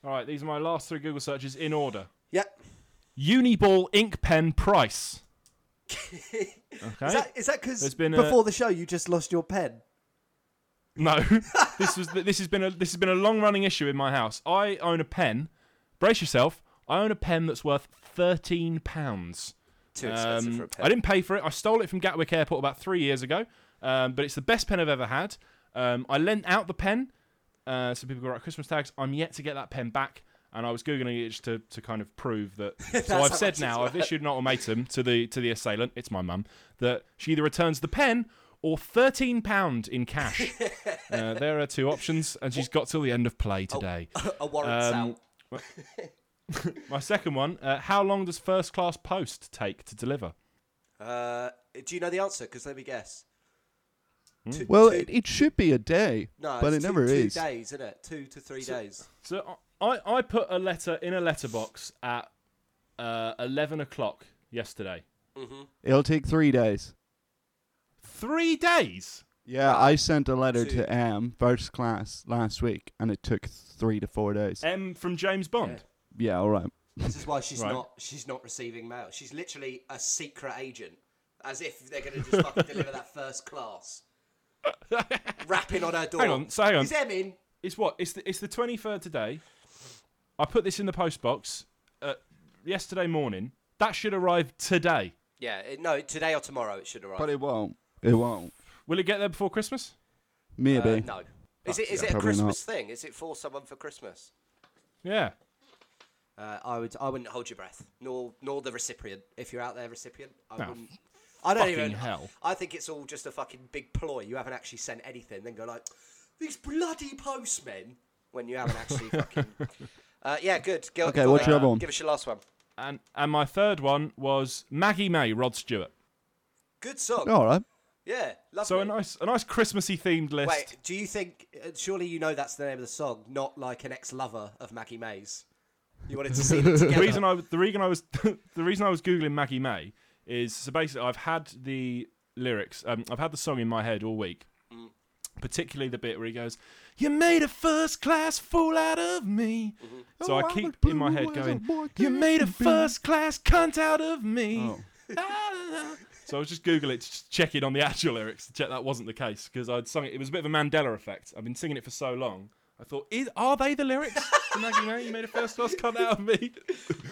S4: All right, these are my last three Google searches in order.
S1: Yep.
S4: Uniball ink pen price. Okay.
S1: *laughs* Is that is that because
S4: There's been a-
S1: before the show you just lost your pen?
S4: No, *laughs* this was this has been a this has been a long running issue in my house. I own a pen. Brace yourself. I own a pen that's worth thirteen pounds.
S1: Too
S4: Um, I didn't pay for it. I stole it from Gatwick Airport about three years ago. Um, but it's the best pen I've ever had. Um, I lent out the pen, uh, so people could write Christmas tags. I'm yet to get that pen back, and I was googling it just to, to kind of
S1: *laughs*
S4: prove that. so
S1: how
S4: I've
S1: much
S4: said
S1: it's
S4: now I've
S1: worth.
S4: issued an ultimatum to the to the assailant. It's my mum that she either returns the pen or thirteen pound
S1: *laughs*
S4: in cash. uh, there are two options, and she's got till the end of play
S1: Oh. *laughs*
S4: today.
S1: a warrant's
S4: um,
S1: out.
S4: My second one: uh, How long does first class post take to deliver?
S1: Uh, do you know the answer? Because let me guess.
S4: Hmm.
S1: Two,
S3: Well,
S1: two-
S3: it, it should be a day,
S1: no,
S3: but it
S1: it's two-
S3: never
S1: two
S3: is.
S1: days, isn't it? Two to three days.
S4: So I, I put a letter in a letterbox at uh, 11 o'clock yesterday.
S3: It'll take three days.
S4: Three days?
S3: Yeah, I sent a letter
S1: Two.
S3: to M first class last week, and it took three to four days.
S4: M from James Bond.
S3: Yeah, all right.
S1: This is why
S4: *laughs*
S1: she's
S4: Right.
S1: not she's not receiving mail. She's literally a secret agent, as if they're going to just fucking deliver that first
S4: *laughs*
S1: class. Rapping on her door.
S4: Hang on, so hang on.
S1: Is Em in?
S4: It's what? It's the it's the twenty third today. I put this in the post box uh, yesterday morning. That should arrive today.
S1: Yeah, it, no, today or tomorrow it should arrive.
S3: But it won't. It won't.
S4: Will it get there before Christmas?
S1: Uh,
S3: Maybe.
S1: no. Is it is it
S3: yeah,
S1: a
S3: probably
S1: Christmas thing? Is it for someone for Christmas?
S4: Yeah.
S1: Uh, I would I wouldn't hold your breath, nor nor the recipient. If you're out there, recipient, I
S4: No.
S1: wouldn't. I don't
S4: Fucking
S1: even.
S4: hell.
S1: I think it's all just a fucking big ploy. You haven't actually sent anything. Then go like these bloody postmen when you haven't
S4: *laughs*
S1: actually fucking. Uh, yeah, good. Go,
S3: Okay,
S1: go
S3: what's your
S1: uh,
S3: other one?
S1: Give us your last one.
S4: And and my third one was Maggie May, Rod Stewart.
S1: Good song.
S3: All right.
S1: Yeah, lovely.
S4: So a nice a nice Christmassy themed list.
S1: Wait, do you think? Uh, surely you know that's the name of the song, not like an ex-lover of Maggie May's. You wanted to
S4: *laughs*
S1: see them together.
S4: the reason I the reason I was *laughs* the reason I was googling Maggie May is so basically I've had the lyrics um, I've had the song in my head all week,
S3: Mm-hmm.
S4: particularly the bit where he goes, "You made a first class fool out of me." So
S3: Oh,
S4: I
S3: I
S4: keep
S3: would
S4: in my
S3: blue
S4: head
S3: as a
S4: going,
S3: boy
S4: "You
S3: can
S4: made a
S3: be."
S4: first class cunt out of me." *laughs*
S3: Oh.
S4: So I was just Google it to just check it on the *laughs* actual lyrics to check that wasn't the case because I'd sung it. It was a bit of a Mandela effect. I've been singing it for so long. I thought, is, are they the lyrics? *laughs* to Maggie May, you made a first class cut out of me.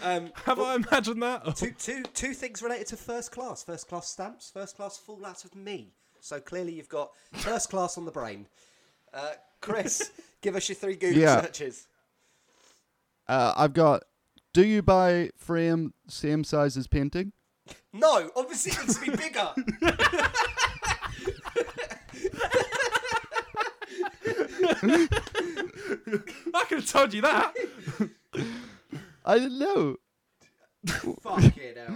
S1: Um,
S4: *laughs* Have I imagined that?
S1: *laughs*
S4: Oh,
S1: two, two, two things related to first class. First class stamps, first class fall out of me. So clearly you've got first class on the brain. Uh,
S3: *laughs*
S1: Chris, give us your three Google
S3: Yeah.
S1: searches.
S3: Uh, I've got. Do you buy frame same size as painting?
S1: No, obviously it needs to be
S3: *laughs*
S1: bigger.
S4: *laughs* I could have told you that.
S3: I don't know.
S1: Fucking hell.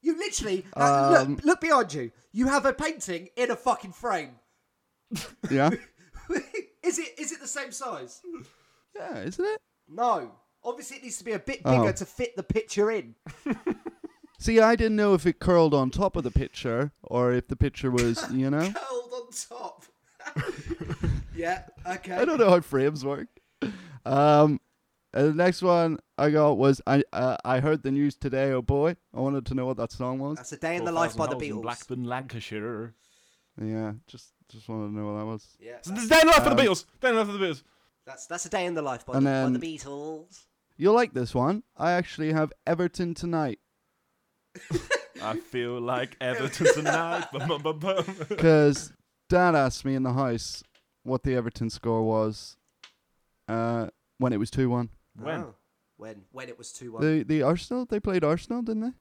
S1: You literally, uh,
S3: Um,
S1: look, look behind you. You have a painting in a fucking frame. *laughs*
S3: Yeah.
S1: is it is it the same size?
S3: yeah, isn't it?
S1: No. Obviously it needs to be a bit
S3: Oh.
S1: bigger to fit the picture in. *laughs*
S3: See, I didn't know if it curled on top of the picture or if the picture was, you know.
S1: Curled on top. *laughs* yeah, okay.
S3: I don't know how frames work. Um, and the next one I got was I uh, I heard the news today. Oh boy, I wanted to know what that song was.
S1: That's a day in the life by the Beatles.
S4: Blackburn, Lancashire.
S3: Yeah, just just wanted to know what that was.
S1: Yeah,
S4: So this is Day in the
S1: Um,
S4: Life of the Beatles. *laughs* Day in the Life of the Beatles.
S1: that's that's a day in the life by, the,
S3: And
S1: by
S3: then-
S1: the Beatles.
S3: You'll like this one. I actually have Everton tonight
S4: I
S1: *laughs*
S4: feel like Everton tonight. Bum, bum, bum, bum.
S3: because Dad asked me in the house what the Everton score was uh, when it was two one.
S4: When?
S1: Oh. When? When it was two one.
S3: The the Arsenal they played Arsenal, didn't they?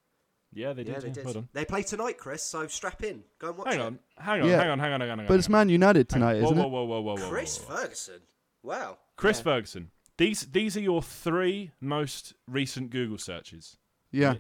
S4: Yeah, they did.
S1: yeah, they
S4: yeah.
S1: did.
S4: Hold on.
S1: They play tonight, Chris. So strap in. Go and watch
S4: Hang
S1: it.
S4: on. Hang on.
S3: Yeah.
S4: Hang on. Hang on. Hang on. Hang on.
S3: But it's Man United
S4: Hang on.
S3: tonight,
S4: Whoa,
S3: isn't
S4: whoa,
S3: it?
S4: whoa, whoa, whoa, whoa, whoa.
S1: Chris
S4: whoa.
S1: Ferguson. Wow.
S4: Chris Ferguson. These these are your three most recent Google searches.
S3: Yeah.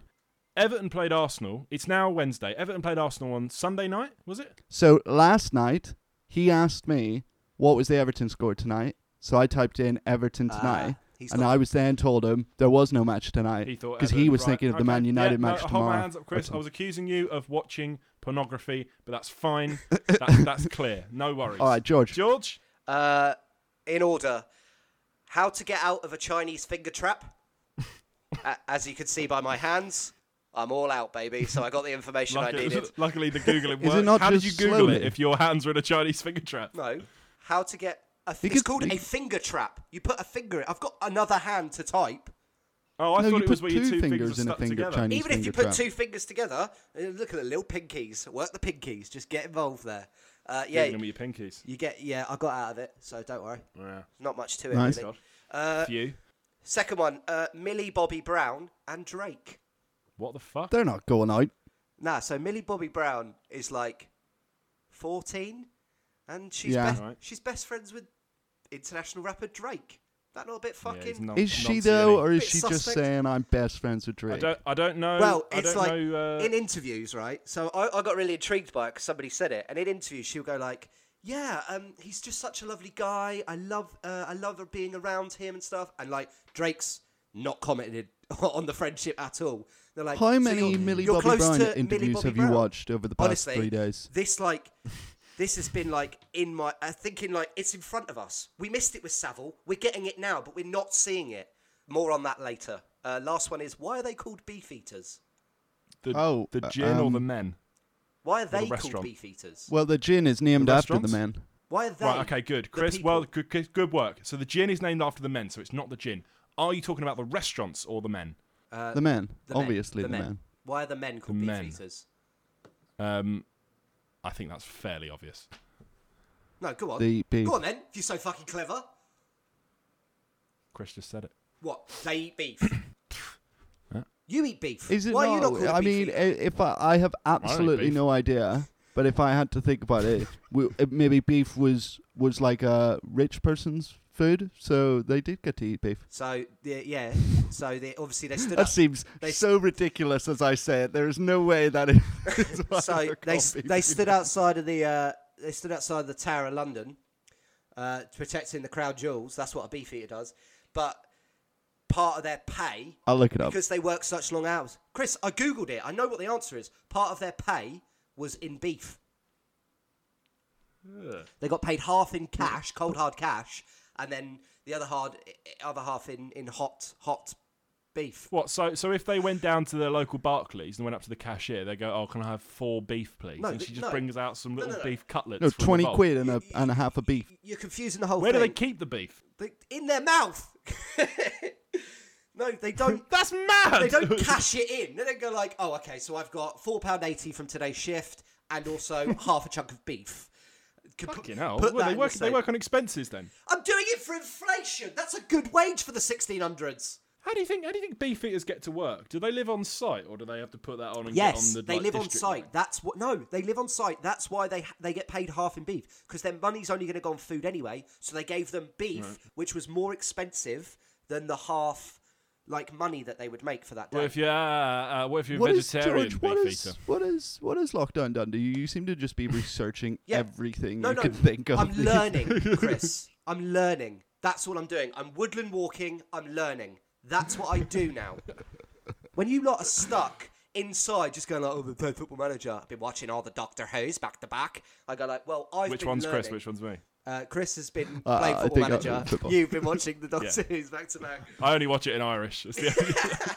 S4: Everton played Arsenal. It's now Wednesday. Everton played Arsenal on Sunday night, was it?
S3: So last night he asked me what was the Everton score tonight. So I typed in Everton
S1: Ah,
S3: tonight,
S1: he's
S3: and
S1: not-
S3: I was then told him there was no match tonight
S4: He thought
S3: because he
S4: Everton-
S3: was
S4: right,
S3: thinking of the
S4: okay.
S3: Man United
S4: yeah, no,
S3: match tomorrow.
S4: Hold my hands up, Chris. I
S3: Everton.
S4: was accusing you of watching pornography, but
S3: *laughs*
S4: that's fine. that's, that's clear. No worries.
S3: All right, George.
S4: George,
S1: Uh, in order, how to get out of a Chinese finger
S4: *laughs*
S1: trap? A- As you can see by my hands, I'm all out, baby. So I got the information I
S4: luckily, *laughs*
S1: needed.
S4: luckily the Google
S3: *laughs* Is it
S4: worked.
S3: not
S4: How did you
S3: just
S4: Google it
S3: slowly?
S4: if your hands were in a Chinese finger trap?
S1: No, how to get a? It's
S3: could-
S1: called
S3: he-
S1: a finger trap. You put a finger. in. I've got another hand to type.
S4: Oh, I
S3: No,
S4: thought
S3: you
S4: it was
S3: put
S4: where your
S3: two
S4: two
S3: fingers
S4: fingers
S3: in a
S4: stuck
S3: finger
S4: together.
S3: Chinese-
S1: Even if
S3: finger
S1: you put
S3: trap.
S1: two fingers together, uh, look at the little pinkies. Work the pinkies. Just get involved there. Uh, yeah,
S4: Even with your pinkies.
S1: you get. Yeah, I got out of it, so don't worry.
S4: Yeah.
S1: Not much to it.
S3: Nice.
S1: Really.
S4: God.
S1: Uh,
S4: Few.
S1: second one, uh, Millie Bobby Brown and Drake.
S4: What the fuck?
S3: They're not going out.
S1: Nah, so Millie Bobby Brown is like fourteen, and she's
S3: Yeah.
S1: be-
S4: Right.
S1: she's best friends with international rapper Drake. That not a bit
S4: Yeah, he's
S1: fucking.
S4: non-
S3: Is she
S4: non-CNE.
S3: though, or is
S1: Bit
S3: she just
S1: suspect.
S3: saying I'm best friends with
S4: I
S3: Drake?
S4: don't. I don't know.
S1: Well,
S4: I
S1: it's
S4: don't
S1: like
S4: know, uh,
S1: in interviews, right? So I, I got really intrigued by it because somebody said it, and in interviews she'll go like, "Yeah, um, he's just such a lovely guy. I love, uh, I love being around him and stuff." And like Drake's not commented *laughs* on the friendship at all. They're like,
S3: How
S1: "So
S3: many
S1: you're-
S3: Millie
S1: you're
S3: Bobby
S1: close
S3: Brown
S1: to Millie
S3: interviews
S1: Bobby
S3: have you
S1: Brown?"
S3: watched over the past
S1: Honestly,
S3: three days?
S1: This like. *laughs* This has been like in my. I'm thinking like it's in front of us. We missed it with Savile. We're getting it now, but we're not seeing it. More on that later. Uh, last one is why are they called beefeaters?
S4: The,
S3: Oh,
S4: the
S3: uh,
S4: gin or the
S3: um,
S4: men?
S1: Why are they called
S4: restaurant.
S1: beefeaters?
S3: Well, the gin is named after the
S4: restaurants?
S3: man.
S1: Why are they?
S4: Right. Okay. Good,
S1: the
S4: Chris.
S1: people?
S4: Well, good, good, good work. So the gin is named after the men, so it's not the gin. Are you talking about the restaurants or the men?
S3: the man,
S1: Uh, The men,
S3: obviously the man.
S1: Why are the men called
S4: The men.
S1: beefeaters?
S4: Um, I think that's fairly obvious.
S1: No, go on.
S3: The beef.
S1: Go on then. If you're so fucking clever,
S4: Chris just said it.
S1: what they eat beef? you eat beef.
S3: Is it
S1: Why are you
S3: not?
S1: not called a
S3: I mean, eh-
S1: beefeater?
S3: i- if I, I have absolutely
S4: beef.
S3: no idea, but if I had to think about it, we, uh, maybe beef was was like a rich person's food, so they did get to eat beef.
S1: So yeah, yeah. So they obviously they stood
S3: That
S1: up.
S3: seems
S1: They-
S3: so ridiculous as I say it. There is no way that it. *laughs* is
S1: *laughs*
S3: why
S1: so
S3: they're
S1: they
S3: called
S1: s-
S3: beef
S1: they stood
S3: eaters.
S1: outside of the uh, they stood outside the Tower of London, uh, protecting the crown jewels. That's what a beefeater does. But part of their pay
S3: I'll look it up.
S1: because they work such long hours. Chris, I googled it. I know what the answer is. Part of their pay was in beef. They got paid half in cash, cold hard cash, and then the other hard other half in in hot hot beef.
S4: What? So, so if they went down to their local Barclays and went up to the cashier, they go, "Oh, can I have four beef, please?"
S1: No,
S4: and she
S1: th-
S4: just
S1: no.
S4: brings out some little
S1: no, no.
S4: beef cutlets.
S3: No,
S4: from the
S3: twenty
S4: bowl.
S3: quid and a and a half a beef.
S1: You're confusing the whole
S4: Where do
S1: thing.
S4: they keep the beef?
S1: They- in their mouth. *laughs* no, they don't.
S4: That's mad.
S1: They
S4: *laughs*
S1: don't cash it in. They don't go like, oh, okay, so I've got four pound eighty from today's shift, and
S4: *laughs*
S1: also half a chunk of beef. Could pu-
S4: Fucking hell.
S1: put
S4: Well,
S1: that
S4: they
S1: in
S4: work.
S1: the
S4: They
S1: same-
S4: work on expenses then.
S1: I'm doing it for inflation. That's a good wage for the 1600s.
S4: How do you think? How do you think beef eaters get to work? Do they live on site, or do they have to put that on? And get
S1: Yes,
S4: on the,
S1: they
S4: like,
S1: live on
S4: district
S1: site.
S4: line?
S1: That's what. No, they live on site. That's why they they get paid half in beef because their money's only going to go on food anyway. So they gave them beef, which was more expensive than the half like money that they would make for that day.
S4: What if you're, uh, uh, what if you're
S3: What is
S4: vegetarian
S3: George?
S4: beef
S3: What is
S4: eater?
S3: what is what is lockdown done to you? You seem to just be researching
S1: *laughs* Yeah.
S3: everything
S1: No,
S3: you
S1: no.
S3: can think of.
S1: I'm learning, Chris. I'm learning. That's all I'm doing. I'm woodland walking. I'm learning. That's what I do now. when you lot are stuck inside, just going like, "Oh, the third football manager." I've been watching all the Doctor Who's back to back. I go like, "Well, I've
S4: Which
S1: been
S4: one's
S1: learning.
S4: Chris? Which one's me?
S1: Uh, Chris has been
S3: Uh,
S1: playing
S3: I
S1: football
S3: think I-
S1: manager.
S3: football.
S1: You've been watching
S3: *laughs*
S1: the Doctor Who's back to back.
S4: I only watch it in Irish. It's the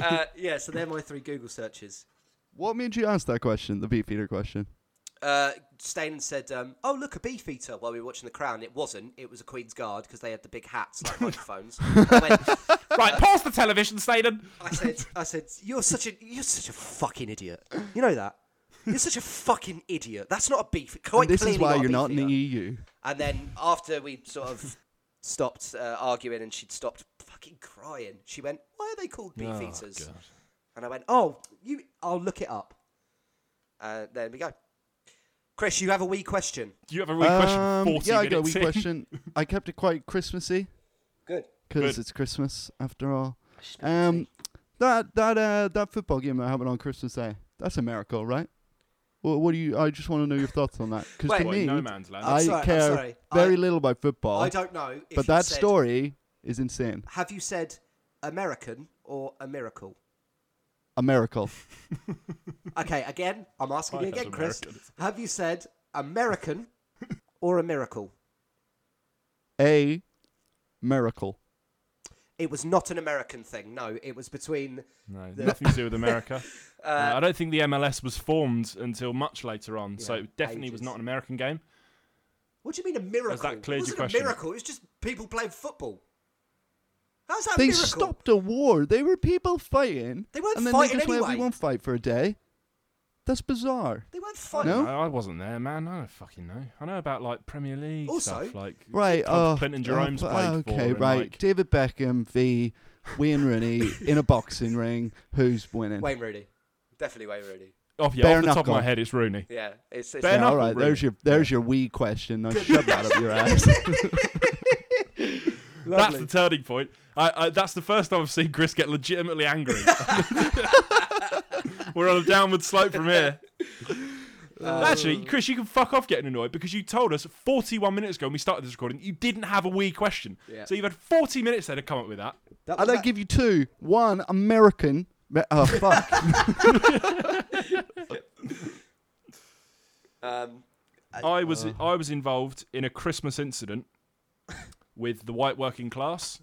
S4: only-
S1: Uh, Yeah, so they're my three Google searches.
S3: *laughs* What made you ask that question? The beefeater question.
S1: Uh, Stain said, um, "Oh, look, a beefeater." While we were watching The Crown, it wasn't. It was a Queen's Guard because they had the big hats like
S3: *laughs*
S1: microphones. I went,
S5: Right, pause the television, Staden.
S1: I said, I said, you're such a, you're such a fucking idiot. You know that. You're such a fucking idiot. That's not a beef. Quite
S3: And this
S1: clearly
S3: is why
S1: a
S3: you're not in
S1: beef
S3: the
S1: eater."
S3: EU.
S1: And then after we sort of stopped uh, arguing and she'd stopped fucking crying, she went, "Why are they called
S3: Oh,
S1: beef eaters?" And I went, "Oh, you, I'll look it up." Uh, there we go. Chris, you have a wee question.
S4: Do you have a wee question?
S3: Um,
S4: 40
S3: yeah, I got a
S4: minutes
S3: wee
S4: in? *laughs*
S3: question. I kept it quite Christmassy
S1: Good.
S3: because
S4: Good.
S3: it's Christmas after all. Um, that that uh, that football game that happened on Christmas Day. That's a miracle, right? What, what do you? I just want to know your thoughts on that because
S1: Wait.
S3: to
S4: What,
S3: me,
S4: in no man's land?
S3: I
S1: sorry, I'm
S3: care
S1: sorry.
S3: very
S1: I-
S3: little about football.
S1: I don't know. If
S3: but
S1: you
S3: that
S1: said-
S3: story is insane.
S1: Have you said American or a miracle?
S3: A miracle.
S1: Okay, again, I'm asking you
S4: Why has
S1: again, Chris.
S4: American-
S1: Have you said American or a miracle?
S3: a miracle.
S1: It was not an American thing. No, it was between.
S4: No, nothing to do
S3: *laughs*
S4: with America. No, I don't think the MLS was formed until much later on, so it definitely was
S1: ages.
S4: not an American game.
S1: What do you mean a miracle?
S4: cleared
S1: it
S4: your
S1: wasn't
S4: question?
S1: a miracle. It was just people playing football. How's that a
S3: They
S1: miracle?
S3: stopped a war. They were people fighting.
S1: They weren't
S3: and then
S1: fighting
S3: they just went,
S1: anyway.
S3: we won't fight for a day. That's bizarre.
S1: They weren't fighting.
S3: No?
S4: I, I wasn't there, man. I don't fucking know. I know about like Premier League
S1: Also-
S4: stuff, like
S3: Right. Oh,
S4: clubs Clinton
S3: oh,
S4: Jerome's
S3: oh,
S4: played for.
S3: Okay,
S4: and,
S3: right.
S4: like-
S3: David Beckham v. Wayne Rooney in a boxing ring. Who's winning?
S1: Wayne Rooney, definitely Wayne Rooney.
S4: off, yeah,
S3: Bare
S4: off the top of my
S3: knuckle.
S4: head, it's Rooney.
S1: Yeah, it's, it's
S4: Fair
S3: yeah,
S4: enough,
S3: all right.
S4: Rooney.
S3: There's your there's your wee question. Now shove that up your ass.
S4: *laughs* That's the turning point. I, I, that's the first time I've seen Chris get legitimately angry. *laughs* We're on a downward slope from here.
S3: Uh,
S4: Actually, Chris, you can fuck off getting annoyed because you told us 41 minutes ago when we started this recording you didn't have a wee question.
S1: Yeah.
S4: So you've had 40 minutes there to come up with that.
S1: That
S3: And
S1: was
S3: I
S1: that-
S3: give you two. One American. me-
S4: *laughs*
S3: Oh fuck.
S1: um,
S4: I
S3: uh.
S4: was I was involved in a Christmas incident with the white working class.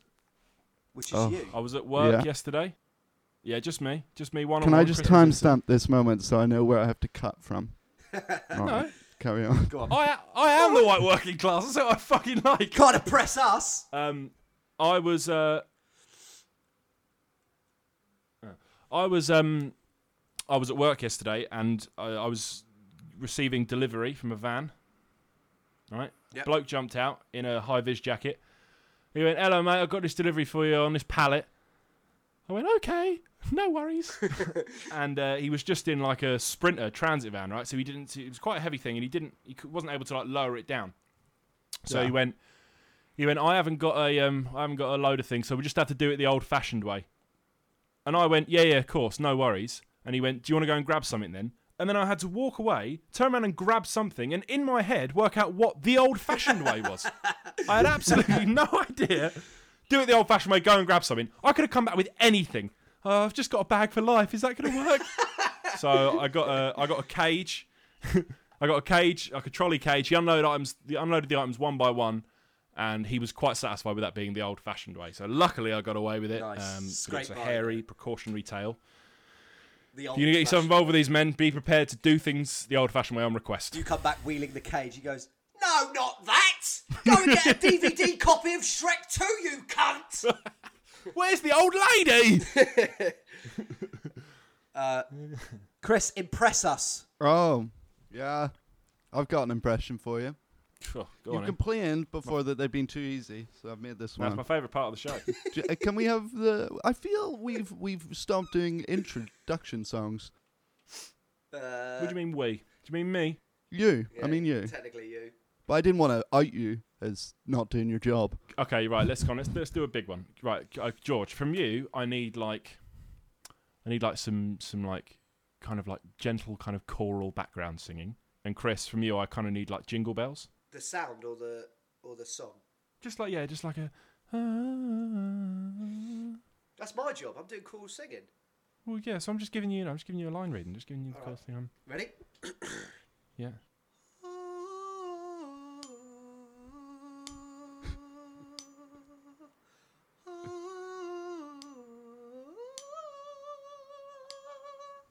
S1: which is
S3: Oh.
S1: you.
S4: I was at work
S3: Yeah.
S4: yesterday. Yeah, just me, just me. One
S3: Can
S4: on
S3: I
S4: one
S3: just
S4: Christmas incident.
S3: timestamp this moment so I know where I have to cut
S4: *laughs*
S3: from? All right, Carry on.
S1: Go on.
S4: I I am the white working class. That's what I fucking like.
S1: Can't oppress us.
S4: Um, I was uh, I was um, I was at work yesterday, and I, I was receiving delivery from a van. Right,
S1: Yep.
S4: bloke jumped out in a high vis jacket. He went, "Hello, mate. I've got this delivery for you on this pallet." I went, "Okay, no worries." and uh, he was just in like a sprinter transit van, right? So he didn't. It was quite a heavy thing, and he didn't. He cou- wasn't able to like lower it down. So he went. He went. I haven't got a um. I haven't got a load of things, so we just have to do it the old-fashioned way. And I went, yeah, yeah, of course, no worries. And he went, do you want to go and grab something then? And then I had to walk away, turn around and grab something, and in my head work out what the old-fashioned way was. I had absolutely no *laughs* idea. Do it the old-fashioned way. Go and grab something. I could have come back with anything. Uh, I've just got a bag for life. Is that going to
S1: *laughs*
S4: work? so I got a, I got a cage. *laughs* I got a cage, like a trolley cage. He unloaded items, he unloaded the items one by one, and he was quite satisfied with that being the old-fashioned way. So luckily, I got away with it.
S1: Nice.
S4: Um, but
S1: Scrape
S4: it's a
S1: by.
S4: hairy precautionary tale.
S1: The old
S4: If you're gonna get yourself
S1: fashioned-
S4: involved with these men, be prepared to do things the old-fashioned way on request.
S1: You come back wheeling the cage. He goes, No, not that. Go and
S4: *laughs*
S1: get a DVD copy of Shrek 2, you cunt.
S4: Where's the old
S1: *laughs*
S4: lady? Oh,
S1: Chris, impress us.
S3: Oh, yeah. I've got an impression for you.
S4: Oh, go
S3: You
S4: on, then.
S3: complained before that they've been too easy, so I've made this
S4: That's
S3: one.
S4: my favourite part of the show.
S3: J- uh, Can we have the? I feel we've we've stopped doing introduction songs.
S1: Uh,
S4: what do you mean we? Do you mean me?
S3: You, I mean you,
S1: Technically, you.
S3: but I didn't want to out you as not doing your job.
S4: Okay, right. Let's go on. Let's, let's do a big one. Right, uh, George. From you, I need like, I need like some some like, kind of like gentle kind of choral background singing. And Chris, from you, I kind of need like jingle bells.
S1: The sound or the or the song.
S4: Just like yeah, just like a. ah,
S1: That's my job. I'm doing cool singing.
S4: well, yeah. So I'm just giving you, you know, I'm just giving you a line reading, just giving you the
S1: All
S4: course thing. I'm,
S1: Ready?
S4: yeah.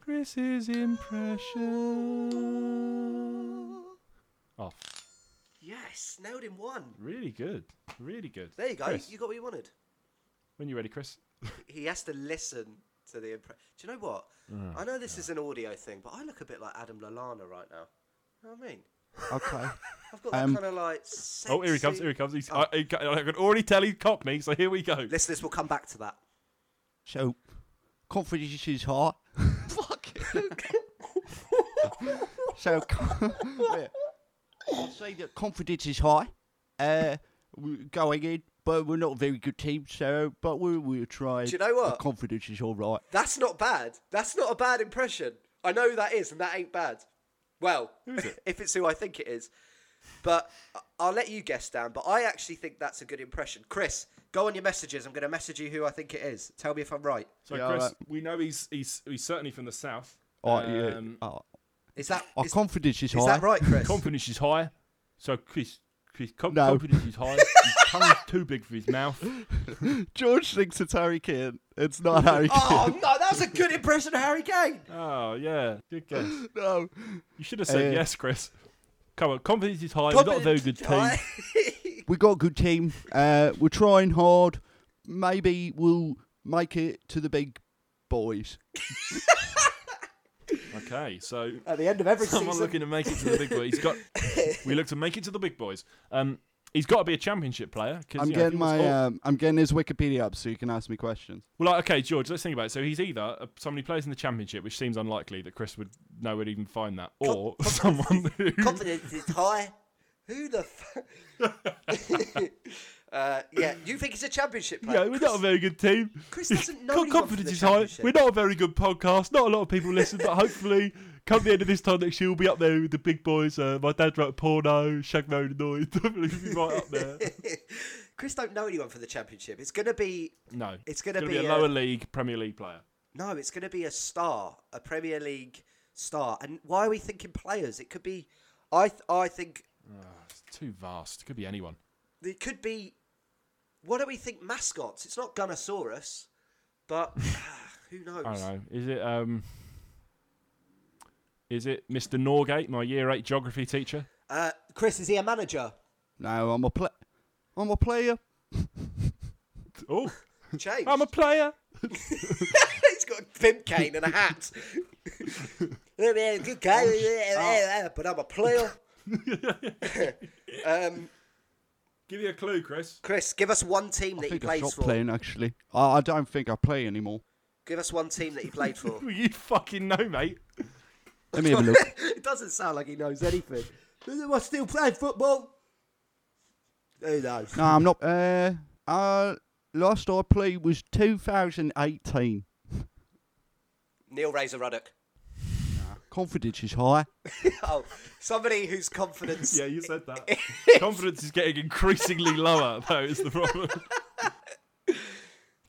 S4: Chris's impression. Oh,
S1: Yes, nailed in one.
S4: really good, really good.
S1: There you go.
S4: Chris,
S1: You got what you wanted.
S4: when you're ready, Chris.
S1: He has to listen to the impress. Do you know what?
S4: Mm.
S1: I know this is an audio thing, but I look a bit like Adam Lalana right now. You know what I mean?
S3: Okay.
S1: I've got that
S3: Um,
S1: kind of like. Sexy...
S4: Oh, here he comes! Here he comes! He's, I, I, I can already tell he's Cockney, so here we go.
S1: Listeners, we'll come back to that.
S3: *laughs* so, confidence is
S1: *laughs*
S3: hot. Fuck. so, *laughs* co- wait. I'll say that confidence is high. Uh, we're going in, but we're not a very good team. So, but we we're trying.
S1: Do you know what?
S3: Confidence is all right.
S1: That's not bad. That's not a bad impression. I know who that is, and that ain't bad. Well, *laughs* if it's who I think it is. But I- I'll let you guess, Dan, but I actually think that's a good impression. Chris, go on your messages. I'm going to message you who I think it is. Tell me if I'm right.
S4: So
S3: Yeah,
S4: Chris,
S3: alright.
S4: we know he's he's he's certainly from the south.
S3: Oh, yeah.
S4: Um,
S3: Oh,
S1: Is that,
S3: our
S1: is,
S3: confidence is high.
S1: is that right, Chris?
S4: Confidence is high. So Chris, Chris, com-
S3: No.
S4: confidence is high. His tongue's too big for his mouth.
S3: George thinks it's Harry Kane. It's *laughs* not Harry Kane.
S1: *laughs* oh, no, that was a good impression of Harry Kane.
S4: Oh yeah, good guess.
S3: *laughs* No.
S4: You should have said
S3: Uh,
S4: yes, Chris. Come on, confidence is high. We've got a
S1: *laughs*
S4: very good team.
S3: We got a good team. Uh, we're trying hard. Maybe we'll make it to the big boys.
S4: Okay, so
S1: At the end of every
S4: *laughs* someone
S1: season.
S4: looking to make it to the big boys. He's got. we look to make it to the big boys. Um, he's got to be a championship player. Cause,
S3: I'm
S4: you know, if
S3: getting
S4: he was
S3: my
S4: all-
S3: um, I'm getting his Wikipedia up so you can ask me questions.
S4: Well, like, okay, George, let's think about it. So he's either uh, somebody who plays in the championship, which seems unlikely that Chris would know would even find that, or *laughs* someone who.
S1: confidence is high. Who the fuck? *laughs* uh, yeah, you think he's a championship player?
S4: Yeah, we're not a very good team.
S1: Chris doesn't know
S4: Co-
S1: anyone from
S4: confidence
S1: the
S4: is high.
S1: championship.
S4: We're not a very good podcast. Not a lot of people listen, but hopefully, come the end of this time next year, we'll be up there with the big boys. Uh, my dad wrote porno, Shag Mode Noise. *laughs* Definitely be right up there.
S1: *laughs* Chris don't know anyone for the championship. It's gonna be
S4: No,
S1: It's gonna
S4: gonna
S1: be
S4: a
S1: a-
S4: lower league Premier League player.
S1: no, it's gonna be a star, a Premier League star. And why are we thinking players? It could be I th- I think
S4: It's too vast. It could be anyone.
S1: it could be. What do we think mascots? It's not Gunnosaurus, but *sighs* who knows?
S4: I don't know. Is it um? Is it Mr. Norgate, my year eight geography teacher?
S1: Uh, Chris is he a manager?
S3: No, I'm a play. I'm a player.
S4: Oh,
S1: Changed.
S4: I'm a player.
S1: *laughs* He's got a pimp cane and a
S3: *laughs*
S1: hat. Good
S3: Oh.
S1: guy, but I'm a player. um,
S4: Give me a clue, Chris.
S1: Chris, give us one team
S3: I
S1: that he
S3: think I
S1: plays
S3: stopped
S1: for.
S3: playing actually. I, I don't think I play anymore.
S1: Give us one team that he played for.
S4: *laughs* You fucking know, mate.
S3: Let me have a *laughs* look.
S1: *laughs* it doesn't sound like he knows anything. I still playing football. Who knows?
S3: no, I'm not. Uh, uh, last I played was 2018.
S1: Neil Razor Ruddock.
S3: Confidence is high.
S1: *laughs* Oh, somebody whose confidence.
S4: Yeah, you said that. *laughs* Confidence is getting increasingly lower, though, is the problem.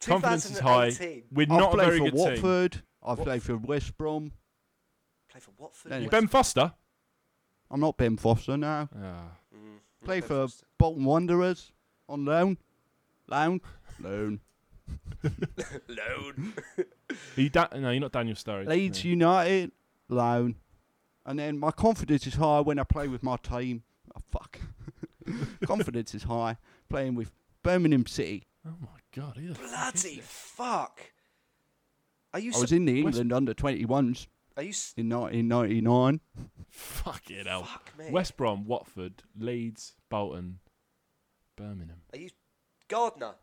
S4: Confidence is high.
S1: 2018.
S4: We're
S3: I've
S4: not a
S3: played
S4: very
S3: for
S4: good team.
S3: Watford. I've played for West Brom.
S1: Play for Watford.
S3: Yeah, you
S1: West-
S4: Ben Foster.
S3: I'm not Ben Foster now. Play
S1: Uh, Ben
S3: for
S1: Foster.
S3: Bolton Wanderers on loan. Loan.
S1: *laughs*
S3: Loan.
S1: Loan.
S4: Are you da- no, you're not Daniel Sturridge.
S3: Leeds
S4: no.
S3: United. Loan. And then my confidence is high when I play with my team. Oh, fuck. *laughs* confidence is high playing with Birmingham City.
S4: Oh my god, who the fuck is
S1: Bloody
S4: this?
S1: fuck. Are you?
S3: I
S4: Oh,
S1: su-
S3: was in the
S4: West-
S3: England under 21s
S1: Are you? s-
S3: in 1999.
S4: Fucking hell.
S1: Fuck me.
S4: West Brom, Watford, Leeds, Bolton, Birmingham.
S1: Are you Gardner?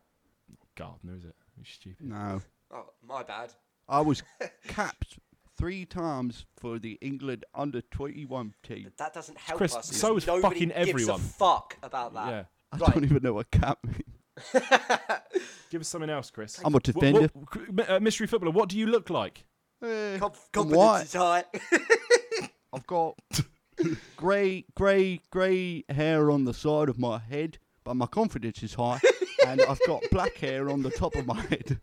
S4: Gardner, is it? He's stupid.
S3: No.
S1: Oh, my bad. *laughs*
S3: I was capped three times for the England under 21 team.
S1: But that doesn't help
S4: Chris,
S1: us. 'cause
S4: so is
S1: nobody
S4: fucking
S1: gives
S4: everyone.
S1: A fuck about that.
S4: Yeah.
S3: I
S1: Right.
S3: don't even know what cap means.
S4: Give us something else, Chris.
S3: I'm a
S4: Wh- wh-
S3: defender.
S4: m- uh, mystery footballer, what do you look like?
S3: Eh,
S1: Conf-
S3: I'm
S1: confidence
S3: white.
S1: is high.
S3: I've got grey, grey, grey hair on the side of my head, but my confidence
S1: *laughs*
S3: is high, and I've got black hair on the top of my head.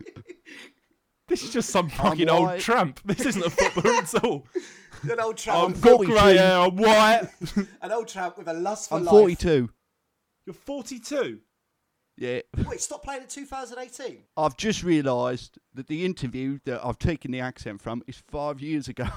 S4: This is just some fucking old
S3: white.
S4: tramp. This isn't a footballer at all.
S1: *laughs* an old tramp.
S4: I've got
S3: 42.
S4: grey hair, I'm white.
S1: an old tramp with a lust for
S3: I'm
S1: life.
S3: 42.
S4: You're 42.
S3: Yeah,
S1: Wait, stop playing in 2018.
S3: I've just realised that the interview that I've taken the accent from is five
S1: *laughs*
S3: years ago.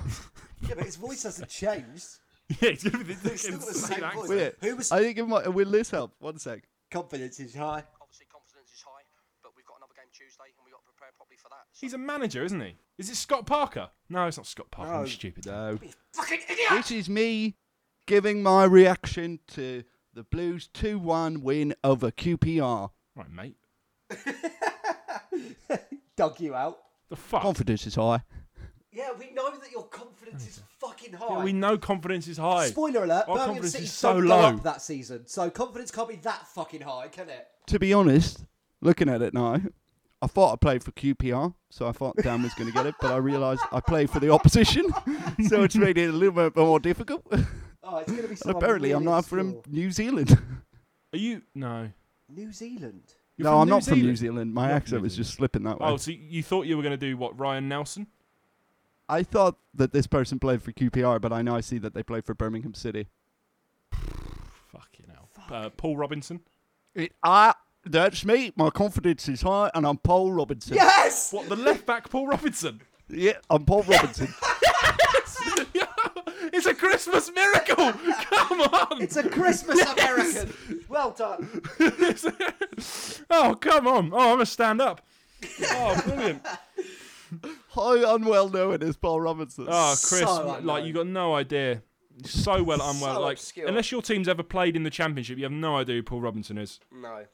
S1: Yeah, but his voice hasn't changed.
S4: *laughs* Yeah, it's gonna be the
S1: He's still got the
S4: insane
S1: same
S4: accent.
S1: voice.
S3: Wait,
S1: Who was
S3: I think it might. Will this help? One sec.
S1: confidence is high?
S6: obviously confidence is high, but we've got another game Tuesday and we've got to prepare properly for that. So
S4: He's a manager, isn't he? Is it Scott Parker? No, it's not Scott Parker. I'm stupid.
S3: No.
S1: Fucking idiot!
S3: This is me giving my reaction to the Blues 2 1 win over QPR.
S4: Right, mate.
S1: Dug you out.
S4: The fuck?
S3: Confidence is high.
S1: Yeah, we know that your confidence is fucking high.
S4: Yeah, we know confidence is high.
S1: Spoiler alert:
S4: Our
S1: Birmingham
S4: confidence
S1: City
S4: is so
S1: don't
S4: low.
S1: go up that season, so confidence can't be that fucking high, can it?
S3: To be honest, looking at it now, I thought I played for QPR, so I thought Dan was going to get it, but I realised I play for the opposition, *laughs* so it's made it a little bit more difficult. *laughs* And
S1: Oh, it's going to be. someone
S3: apparently, I'm
S1: really
S3: not from
S1: obscure.
S3: New *laughs* Zealand.
S4: Are you? No.
S1: New Zealand.
S4: You're
S3: no, I'm not from New
S4: Zealand?
S3: Zealand. My
S4: Not from
S3: accent
S4: New
S3: was
S4: Zealand.
S3: just slipping that way.
S4: Oh, so you thought you were going to do what? Ryan Nelson?
S3: I thought that this person played for QPR, but I now see that they play for Birmingham City.
S4: Fucking hell. Uh, Paul Robinson?
S3: It, I, that's me. My confidence is high, and I'm Paul Robinson.
S1: Yes.
S4: What? The left back Paul Robinson? *laughs*
S3: Yeah, I'm Paul *laughs* Robinson.
S4: it's a Christmas miracle. *laughs* Come on. *laughs*
S1: It's a Christmas American. Well done.
S4: *laughs* oh, come on. Oh, I'm gonna stand up. Oh, brilliant.
S3: How unwell known is Paul Robinson?
S4: Oh, Chris,
S1: So
S4: like
S1: unknown.
S4: you got no idea. So well unwell.
S1: So
S4: like
S1: obscure.
S4: unless your team's ever played in the championship, you have no idea who Paul Robinson is.
S1: No.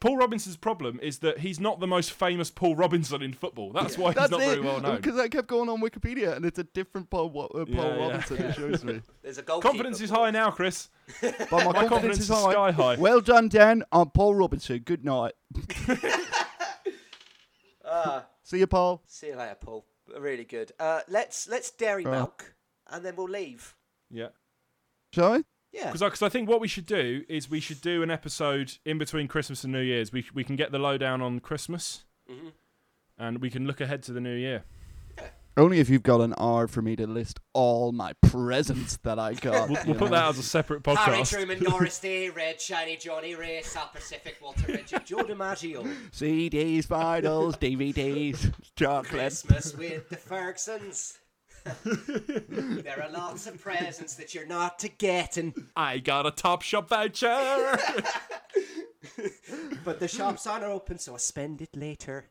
S4: Paul Robinson's problem is that he's not the most famous Paul Robinson in football. That's why he's
S3: that's
S4: not
S3: it.
S4: very well
S1: *laughs*
S4: known.
S3: Because I kept going on Wikipedia, and it's a different Paul, Wa- uh, Paul
S4: Yeah, yeah.
S3: Robinson. It shows
S4: *laughs*
S3: me.
S1: There's a goalkeeper.
S4: Confidence is high now, Chris.
S3: But my, confidence,
S4: confidence
S3: is
S4: is
S3: high.
S4: sky high.
S3: Well done, Dan. I'm Paul Robinson. Good
S4: *laughs*
S3: night.
S4: Ah.
S3: See you, Paul.
S1: See you later, Paul. Really good. Uh, let's let's
S4: Uh.
S1: dairy milk, and then we'll leave.
S4: Yeah.
S3: Sorry.
S1: Yeah.
S4: Because I, 'cause I think what we should do is we should do an episode in between Christmas and New Year's. We,
S1: Mm-hmm.
S4: we can get the lowdown on Christmas, and we can look ahead to the New Year.
S3: Only if you've got an R for me to list all my presents that I got.
S4: We'll,
S3: you
S4: we'll put
S3: know?
S4: that as a separate
S1: Harry
S4: podcast.
S1: Truman, Doris Day, Red, Shiny Johnny, Ray, South Pacific, Walter
S4: *laughs*
S1: Richard, Jordan Maggio,
S3: CDs, vinyls,
S4: *laughs*
S3: DVDs, chocolate.
S1: Christmas with the Fergsons. *laughs* there are lots of presents that you're not to get, and
S4: I got a Top Shop voucher. *laughs*
S1: but the shops aren't open, so I spend it
S4: *laughs*
S1: later.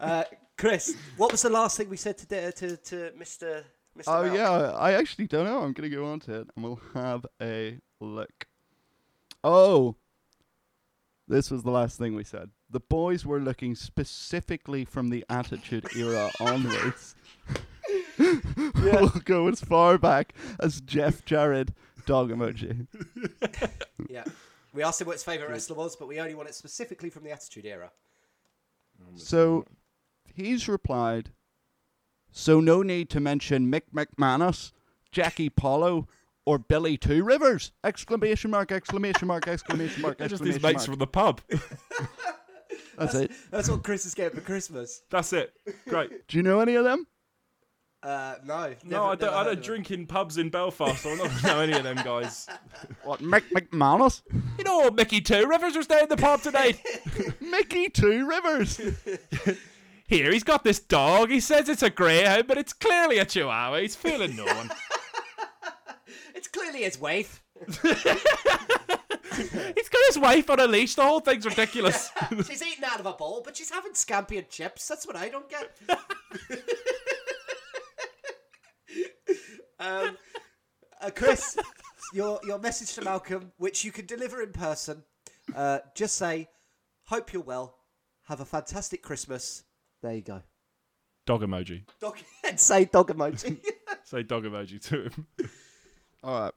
S1: uh, Chris, what was the last thing we said to uh, to, to Mr. Mr.
S3: Oh
S1: Mel?
S3: yeah, I actually don't know. I'm gonna go on to it and we'll have a look. Oh, this was the last thing we said. The boys were looking specifically from the Attitude
S1: *laughs*
S3: Era onwards. *laughs* we'll go as far back as Jeff Jarrett, dog emoji.
S1: Yeah. We asked him what his favourite wrestler was, but we only want it specifically from the Attitude Era.
S3: So he's replied, so no need to mention Mick McManus, Jackie Polo, or Billy Two Rivers! Exclamation mark! Exclamation mark! Exclamation mark!
S4: *laughs* Just
S3: Exclamation
S4: these mates
S3: mark.
S4: from
S5: *laughs*
S4: the pub.
S3: That's it.
S1: That's what Chris is getting for Christmas.
S4: That's it.
S1: *laughs*
S4: Great.
S3: Do you know any of them?
S1: Uh, no.
S4: No, I don't, I don't drink in pubs in Belfast. so I
S1: *laughs*
S4: don't know any of them
S5: *laughs*
S4: guys.
S3: What Mick
S4: *laughs*
S3: McManus,
S4: You know, Mickey Two Rivers was there in the
S1: *laughs*
S4: pub tonight.
S3: Mickey Two
S4: *laughs*
S3: Rivers?
S5: Here, he's got this dog. He says it's a greyhound, but it's clearly a chihuahua. He's fooling no
S1: *laughs*
S5: one.
S1: It's clearly his wife.
S5: he's got his wife on a leash. The whole thing's
S1: *laughs*
S5: ridiculous.
S1: she's eating out of a bowl, but she's having scampi and chips. That's what I don't get. *laughs* um, uh, Chris, your your message to Malcolm, which you can deliver in person, uh, just say, "Hope you're well. Have a fantastic Christmas." There you go.
S4: Dog emoji.
S1: Dog, and *laughs* say dog emoji.
S4: Say dog emoji to him. *laughs*
S3: All right.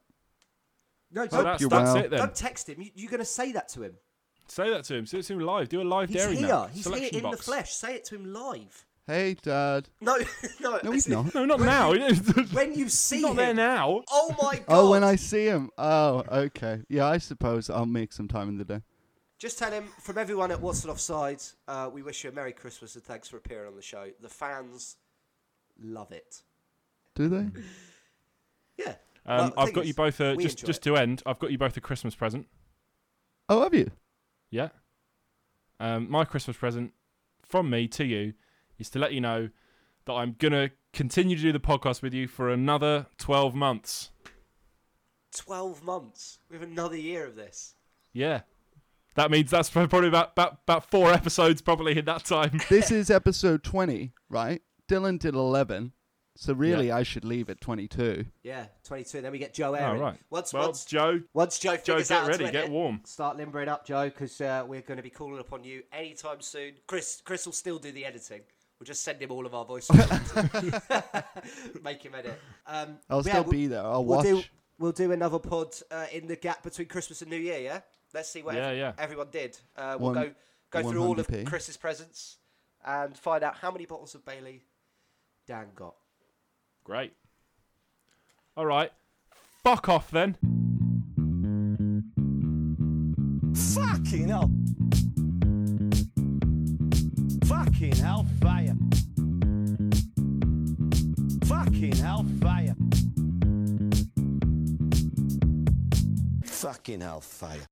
S1: no,
S4: So
S1: don't,
S4: that's,
S3: you're
S4: that's
S3: well.
S4: it then.
S1: don't text him. You, you're going to say that to him.
S4: Say that to him. Say it to him live. Do a live
S1: He's
S4: dairy
S1: here.
S4: now.
S1: He's
S4: Selection
S1: here in
S4: box.
S1: the flesh. Say it to him live. *laughs*
S3: Hey, Dad.
S1: No, no, this
S3: No, he's
S1: is-
S3: not.
S4: No, not now. *laughs* He's
S1: *laughs* When you see
S4: not
S1: him,
S4: there now.
S1: Oh my god!
S3: *laughs* Oh, when I see him. Oh, okay. Yeah, I suppose I'll make some time in the day.
S1: Just tell him from everyone at What's It Offside, uh, we wish you a Merry Christmas and thanks for appearing on the show. The fans love it.
S3: Do
S4: *laughs*
S3: they?
S1: Yeah. Well,
S4: Um,
S1: the
S4: I've
S1: thing
S4: got you
S1: is,
S4: both a
S1: we
S4: just
S1: enjoy
S4: just
S1: it.
S4: to end. I've got you both a Christmas present.
S3: Oh, have you?
S4: Yeah. Um, my Christmas present from me to you is to let you know that I'm gonna continue to do the podcast with you for another twelve months.
S1: Twelve months. We have another year of this.
S4: Yeah. That means that's *laughs* probably about about, about four episodes probably in that time.
S3: This is episode twenty, right? Dylan did eleven, so really I should leave at twenty-two.
S1: Yeah, 22. Then we get Joe
S4: *laughs* All
S1: Aaron.
S4: Oh, right.
S1: Once,
S4: well,
S1: once,
S4: Joe,
S1: once Joe figures
S4: get
S1: out
S4: ready,
S1: how to
S4: get
S1: edit,
S4: warm.
S1: Start limbering up, Joe, because uh, we're going to be calling upon you anytime soon. Chris, Chris will still do the editing. We'll just send him all of our
S3: *laughs*
S1: voice recordings. *laughs* make him edit. Um,
S3: I'll
S1: yeah,
S3: still
S1: we'll-
S3: be there. I'll
S1: We'll
S3: watch.
S1: do, we'll do another pod uh, in the gap between Christmas and New Year, yeah? Let's see what
S4: Yeah,
S1: ev-
S4: yeah.
S1: everyone did. Uh, we'll
S3: One-
S1: go, go through all of
S3: 100p.
S1: Chris's presents and find out how many bottles of Bailey Dan got.
S4: great. All right. Fuck off then.
S2: Fucking hell. Fucking hellfire. Fucking hellfire. Fucking hellfire.